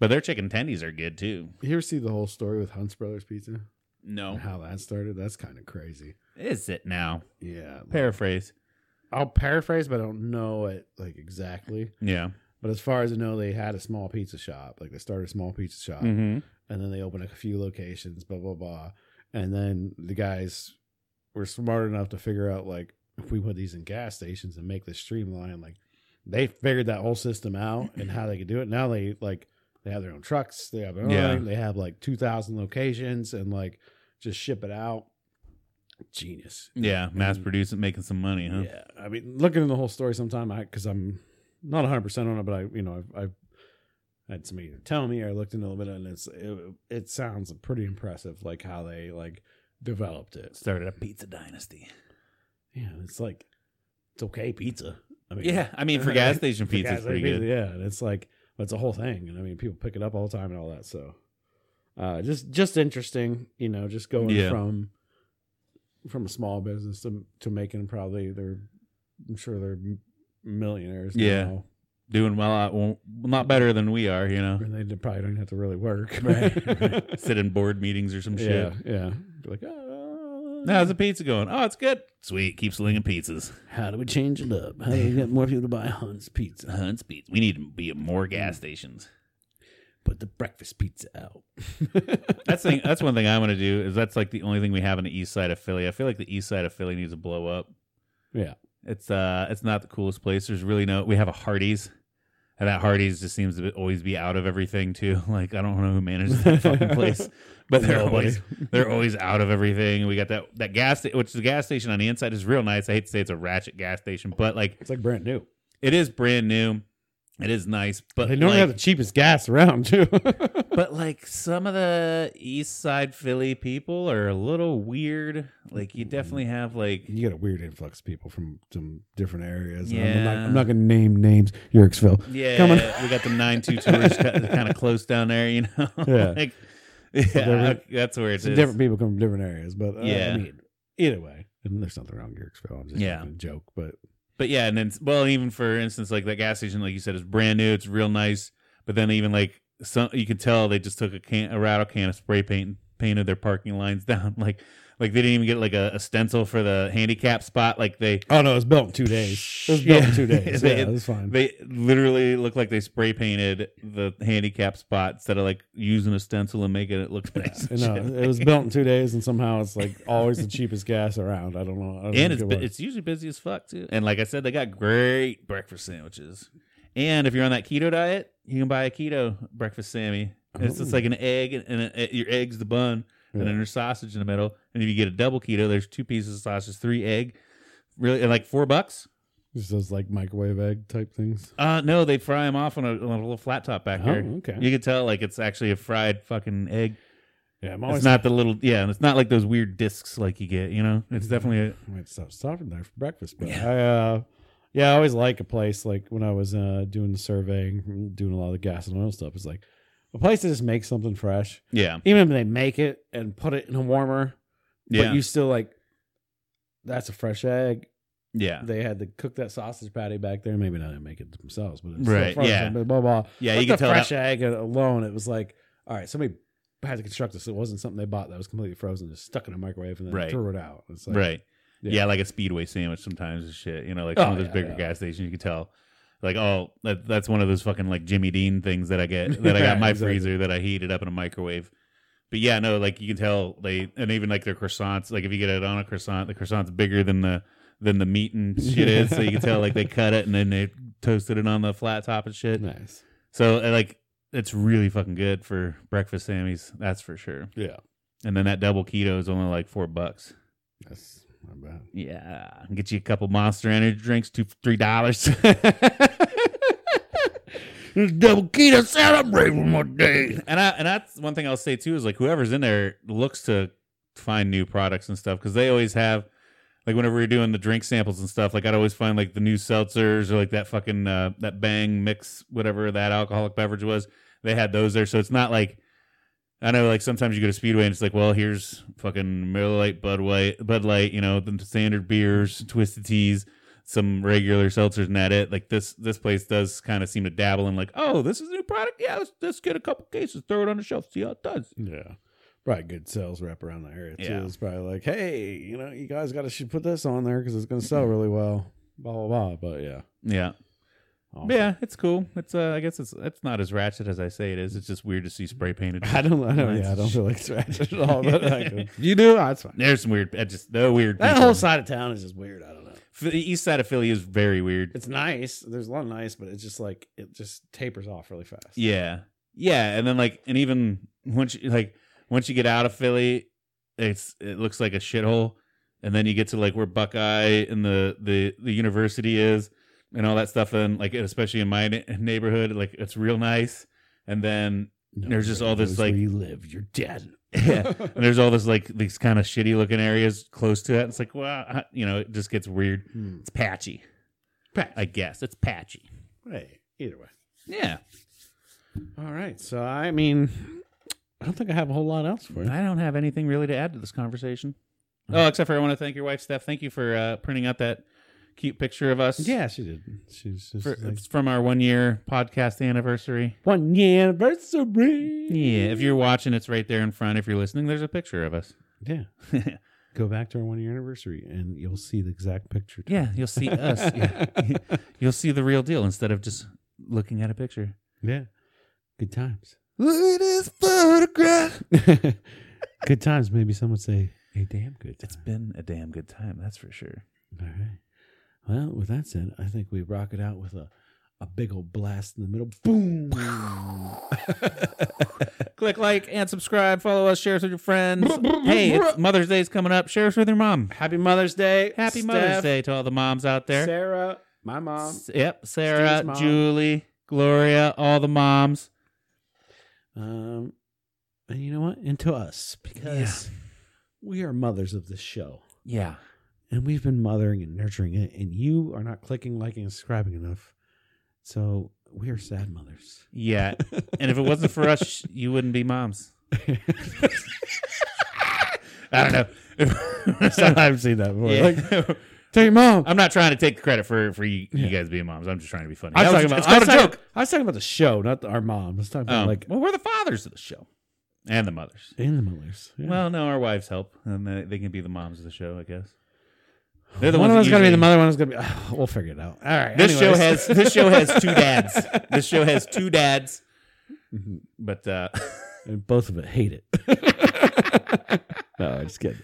Speaker 1: But their chicken tendies are good too.
Speaker 2: You ever see the whole story with Hunt's Brothers Pizza?
Speaker 1: No,
Speaker 2: And how that started? That's kind of crazy.
Speaker 1: is it now?
Speaker 2: Yeah, like-
Speaker 1: Paraphrase.
Speaker 2: I'll paraphrase, but I don't know it like exactly.
Speaker 1: Yeah.
Speaker 2: But as far as I know, they had a small pizza shop. Like they started a small pizza shop,
Speaker 1: Mm-hmm.
Speaker 2: and then they opened a few locations. Blah blah blah. And then the guys were smart enough to figure out like if we put these in gas stations and make this streamline, like they figured that whole system out and how they could do it. Now they like they have their own trucks. They have their own.
Speaker 1: Yeah.
Speaker 2: They have like two thousand locations and like just ship it out. Genius.
Speaker 1: Yeah. Mm-hmm. Mass producing, making some money, huh?
Speaker 2: Yeah, I mean, looking at the whole story sometime, I because I'm not 100 percent on it, but I, you know, I've, I've had somebody tell me, I looked into a little bit, and it's it, it sounds pretty impressive, like how they like developed it.
Speaker 1: Started a pizza dynasty.
Speaker 2: Yeah, it's like it's okay pizza. I mean,
Speaker 1: Yeah, I mean for gas station
Speaker 2: for
Speaker 1: pizza,
Speaker 2: gas
Speaker 1: it's pretty
Speaker 2: station
Speaker 1: good.
Speaker 2: pizza, Yeah, and it's like but it's a whole thing, and I mean, people pick it up all the time and all that. So, uh, just just interesting, you know, just going
Speaker 1: Yeah.
Speaker 2: from from a small business to to making probably they're I'm sure they're m- millionaires.
Speaker 1: Yeah.
Speaker 2: now,
Speaker 1: Doing well, out, well, not better than we are, you know.
Speaker 2: and they d- probably don't have to really work.
Speaker 1: Sit in board meetings or some
Speaker 2: yeah,
Speaker 1: shit.
Speaker 2: yeah. Be like, oh,
Speaker 1: Now How's the pizza going? Oh, it's good. Sweet. Keep slinging pizzas.
Speaker 2: how do we change it up? How do we get more people to buy Hunt's pizza?
Speaker 1: Hunt's pizza. We need to be at more gas stations.
Speaker 2: Put the breakfast pizza out.
Speaker 1: That's thing. That's one thing I want to do. Is that's like the only thing we have in the east side of Philly. I feel like the east side of Philly needs to blow up.
Speaker 2: Yeah.
Speaker 1: it's uh, it's not the coolest place. There's really no. We have a Hardee's, and that Hardee's just seems to be- always be out of everything too. Like I don't know who manages that fucking place, but they're
Speaker 2: Nobody.
Speaker 1: always they're always out of everything. We got that that gas, sta- which the gas station on the inside is real nice. I hate to say it's a ratchet gas station, but like
Speaker 2: It's like brand new.
Speaker 1: it is brand new. It is nice, but
Speaker 2: They normally
Speaker 1: like-
Speaker 2: have the cheapest gas around too.
Speaker 1: but like some of the east side philly people are a little weird like you definitely have like
Speaker 2: you get a weird influx of people from some different areas. I'm- I'm not,
Speaker 1: Yeah.
Speaker 2: I'm not going to name names. Yerksville.
Speaker 1: yeah
Speaker 2: Coming.
Speaker 1: we got the 9-2 tours kind of close down there you know
Speaker 2: Yeah.
Speaker 1: like yeah
Speaker 2: different-
Speaker 1: that's where it's
Speaker 2: So different people come from different areas, but uh,
Speaker 1: Yeah.
Speaker 2: I mean, either way, and there's nothing wrong with Yerksville. I'm just
Speaker 1: Yeah.
Speaker 2: making a joke, but
Speaker 1: but yeah and then well even for instance like that gas station like you said is brand new it's real nice but then even like some you could tell they just took a can a rattle can of spray paint and painted their parking lines down like like they didn't even get like a, a stencil for the handicap spot like they
Speaker 2: oh no, it was built in two days. It was built in
Speaker 1: Yeah.
Speaker 2: two days. Yeah,
Speaker 1: They-
Speaker 2: it was fine.
Speaker 1: They literally look like they spray painted the handicap spot instead of like using a stencil and making it look nice. And,
Speaker 2: no,
Speaker 1: shit.
Speaker 2: uh, it was built in two days, and somehow it's like always the cheapest gas around. I don't know. I
Speaker 1: and
Speaker 2: don't think
Speaker 1: it's
Speaker 2: it
Speaker 1: bu-
Speaker 2: was.
Speaker 1: it's usually busy as fuck too. And like I said, they got great breakfast sandwiches. And if you're on that keto diet, you can buy a keto breakfast sammy. And It's just
Speaker 2: Oh.
Speaker 1: like an egg, and a, your egg's the bun, and
Speaker 2: Yeah.
Speaker 1: then there's sausage in the middle. And if you get a double keto, there's two pieces of sausage, three egg, really, and like four bucks.
Speaker 2: It's those like microwave egg type things.
Speaker 1: Uh, no, they fry them off on a, on a little flat top back
Speaker 2: Oh,
Speaker 1: here.
Speaker 2: okay.
Speaker 1: You can tell like it's actually a fried fucking egg.
Speaker 2: Yeah, I'm
Speaker 1: It's
Speaker 2: always
Speaker 1: not the little yeah, and it's not like those weird discs like you get, you know? It's definitely a
Speaker 2: I might stop stopping there for breakfast, but I, uh, yeah, I always like a place like when I was uh, doing the surveying, doing a lot of the gas and oil stuff. It's like a place that just makes something fresh,
Speaker 1: Yeah.
Speaker 2: even if they make it and put it in a warmer,
Speaker 1: Yeah.
Speaker 2: but you still like that's a fresh egg.
Speaker 1: yeah.
Speaker 2: They had to cook that sausage patty back there. Maybe not make it themselves, but it's
Speaker 1: Right,
Speaker 2: Still fresh,
Speaker 1: yeah.
Speaker 2: blah, blah blah.
Speaker 1: Yeah,
Speaker 2: But
Speaker 1: you can
Speaker 2: the
Speaker 1: tell
Speaker 2: fresh
Speaker 1: that,
Speaker 2: egg alone. It was like, all right, somebody had to construct this. It wasn't something they bought that was completely frozen, just stuck in a microwave and then
Speaker 1: Right.
Speaker 2: threw it out. It's like,
Speaker 1: right. Yeah.
Speaker 2: Yeah.
Speaker 1: like a speedway sandwich sometimes and shit. You know, like
Speaker 2: Oh,
Speaker 1: some of those
Speaker 2: yeah,
Speaker 1: bigger
Speaker 2: yeah.
Speaker 1: gas stations you can tell. Like, oh, that, that's one of those fucking like Jimmy Dean things that I get that I got in my
Speaker 2: Exactly.
Speaker 1: freezer that I heated up in a microwave. but yeah, no, like you can tell they and even like their croissants, like if you get it on a croissant, the croissant's bigger than the than the meat and shit is. So you can tell like they cut it and then they toasted it on the flat top and shit.
Speaker 2: Nice.
Speaker 1: So and, like it's really fucking good for breakfast Sammy's, that's for sure.
Speaker 2: Yeah.
Speaker 1: And then that double keto is only like four bucks.
Speaker 2: That's not bad.
Speaker 1: Yeah. Get you a couple monster energy drinks, two three dollars. double keto celebrating my day. And I and that's one thing I'll say too is like whoever's in there looks to find new products and stuff because they always have like whenever we we're doing the drink samples and stuff, like I'd always find like the new seltzers or like that fucking uh, that bang mix, whatever that alcoholic beverage was. They had those there, so it's not like I know like sometimes you go to Speedway and it's like, well, here's fucking Miller Lite, Bud Light, Bud Light, you know, the standard beers, twisted teas, some regular seltzers, and that it. Like this this place does kind of seem to dabble in like, oh, this is a new product. Yeah, let's, let's get a couple cases, throw it on the shelf, see how it does.
Speaker 2: Yeah. Probably good sales rep around the area too.
Speaker 1: Yeah.
Speaker 2: It's probably like, hey, you know, you guys got to should put this on there because it's going to sell really well. Blah blah blah. But yeah.
Speaker 1: Yeah.
Speaker 2: Awesome.
Speaker 1: Yeah, it's cool. It's uh, I guess it's it's not as ratchet as I say it is. It's just weird to see spray painted.
Speaker 2: I don't. I don't.
Speaker 1: Nice.
Speaker 2: Yeah. I don't feel like it's ratchet at all. But I can- you do. Oh, That's fine.
Speaker 1: There's some weird. I just the weird.
Speaker 2: That
Speaker 1: people.
Speaker 2: whole side of town is just weird. I don't know.
Speaker 1: F- the east side of Philly is very weird.
Speaker 2: It's nice. There's a lot of nice, but it's just like it just tapers off really fast.
Speaker 1: Yeah, yeah, and then like, and even once you like once you get out of Philly, it's it looks like a shithole, and then you get to like where Buckeye and the the the university is, and all that stuff, and like especially in my ne- neighborhood, like it's real nice, and then
Speaker 2: No
Speaker 1: There's just
Speaker 2: one
Speaker 1: all this,
Speaker 2: knows
Speaker 1: like-
Speaker 2: where you live. You're dead.
Speaker 1: yeah, and there's all this like these kind of shitty looking areas close to it. It's like, well, I- you know, it just gets weird.
Speaker 2: Hmm.
Speaker 1: It's patchy, I guess. It's patchy.
Speaker 2: Hey, either way.
Speaker 1: Yeah,
Speaker 2: All right. So I mean, I don't think I have a whole lot else for you.
Speaker 1: I don't have anything really to add to this conversation. Hmm? Oh, except for I want to thank your wife, Steph. Thank you for uh, printing out that cute picture of us.
Speaker 2: Yeah, she did. She's just
Speaker 1: For,
Speaker 2: like,
Speaker 1: it's from our one year podcast anniversary.
Speaker 2: one year anniversary.
Speaker 1: Yeah, if you're watching, it's right there in front. If you're listening, there's a picture of us.
Speaker 2: yeah. Go back to our one year anniversary, and you'll see the exact picture.
Speaker 1: yeah, you'll see us. Yeah. You'll see the real deal instead of just looking at a picture.
Speaker 2: yeah. Good times.
Speaker 1: Look at this photograph.
Speaker 2: good times. Maybe some would say a damn good time.
Speaker 1: It's been a damn good time, that's for sure.
Speaker 2: All right. Well, with that said, I think we rock it out with a, a big old blast in the middle. Boom.
Speaker 1: Click like and subscribe. Follow us. Share us with your friends. hey, it's Mother's Day's coming up. Share us with your mom.
Speaker 2: Happy Mother's Day.
Speaker 1: Happy
Speaker 2: Steph,
Speaker 1: Mother's Day to all the moms out there.
Speaker 2: Sarah, my mom.
Speaker 1: S- yep, Sarah,
Speaker 2: Steve's mom.
Speaker 1: Julie, Gloria, all the moms.
Speaker 2: Um, and you know what? And to us, because we are mothers of this show.
Speaker 1: Yeah,
Speaker 2: And we've been mothering and nurturing it, and you are not clicking, liking, and subscribing enough. So we are sad mothers.
Speaker 1: yeah. and if it wasn't for us, sh- you wouldn't be moms. I don't know.
Speaker 2: I've seen that before.
Speaker 1: Yeah.
Speaker 2: Like, tell your mom.
Speaker 1: I'm not trying to take the credit for for you, you
Speaker 2: Yeah.
Speaker 1: guys being moms. I'm just trying to be funny.
Speaker 2: I was,
Speaker 1: That
Speaker 2: talking
Speaker 1: was-
Speaker 2: about,
Speaker 1: it's
Speaker 2: I, was
Speaker 1: called a
Speaker 2: talking,
Speaker 1: joke.
Speaker 2: I was talking about the show, not the, our mom. I was talking about
Speaker 1: Um,
Speaker 2: like
Speaker 1: well, we're the fathers of the show and the mothers.
Speaker 2: in the Millers. Yeah.
Speaker 1: Well, no, our wives help, and they, they can be the moms of the show, I guess. They're
Speaker 2: one
Speaker 1: the
Speaker 2: of
Speaker 1: ones
Speaker 2: us
Speaker 1: that
Speaker 2: gonna be the
Speaker 1: usually-
Speaker 2: mother, one is gonna be. ah, we'll figure it out. All right.
Speaker 1: This show has
Speaker 2: anyways.
Speaker 1: this show has two dads. this show has two dads,
Speaker 2: Mhm.
Speaker 1: but uh,
Speaker 2: and both of it hate it. no, I'm just kidding.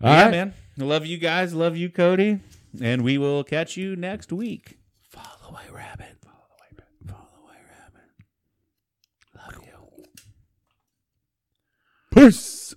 Speaker 2: All
Speaker 1: yeah,
Speaker 2: right.
Speaker 1: man, I love you guys, love you, Cody, and we will catch you next week.
Speaker 2: Follow away, rabbit. Follow away, rabbit. Follow away, rabbit. Love you. Peace.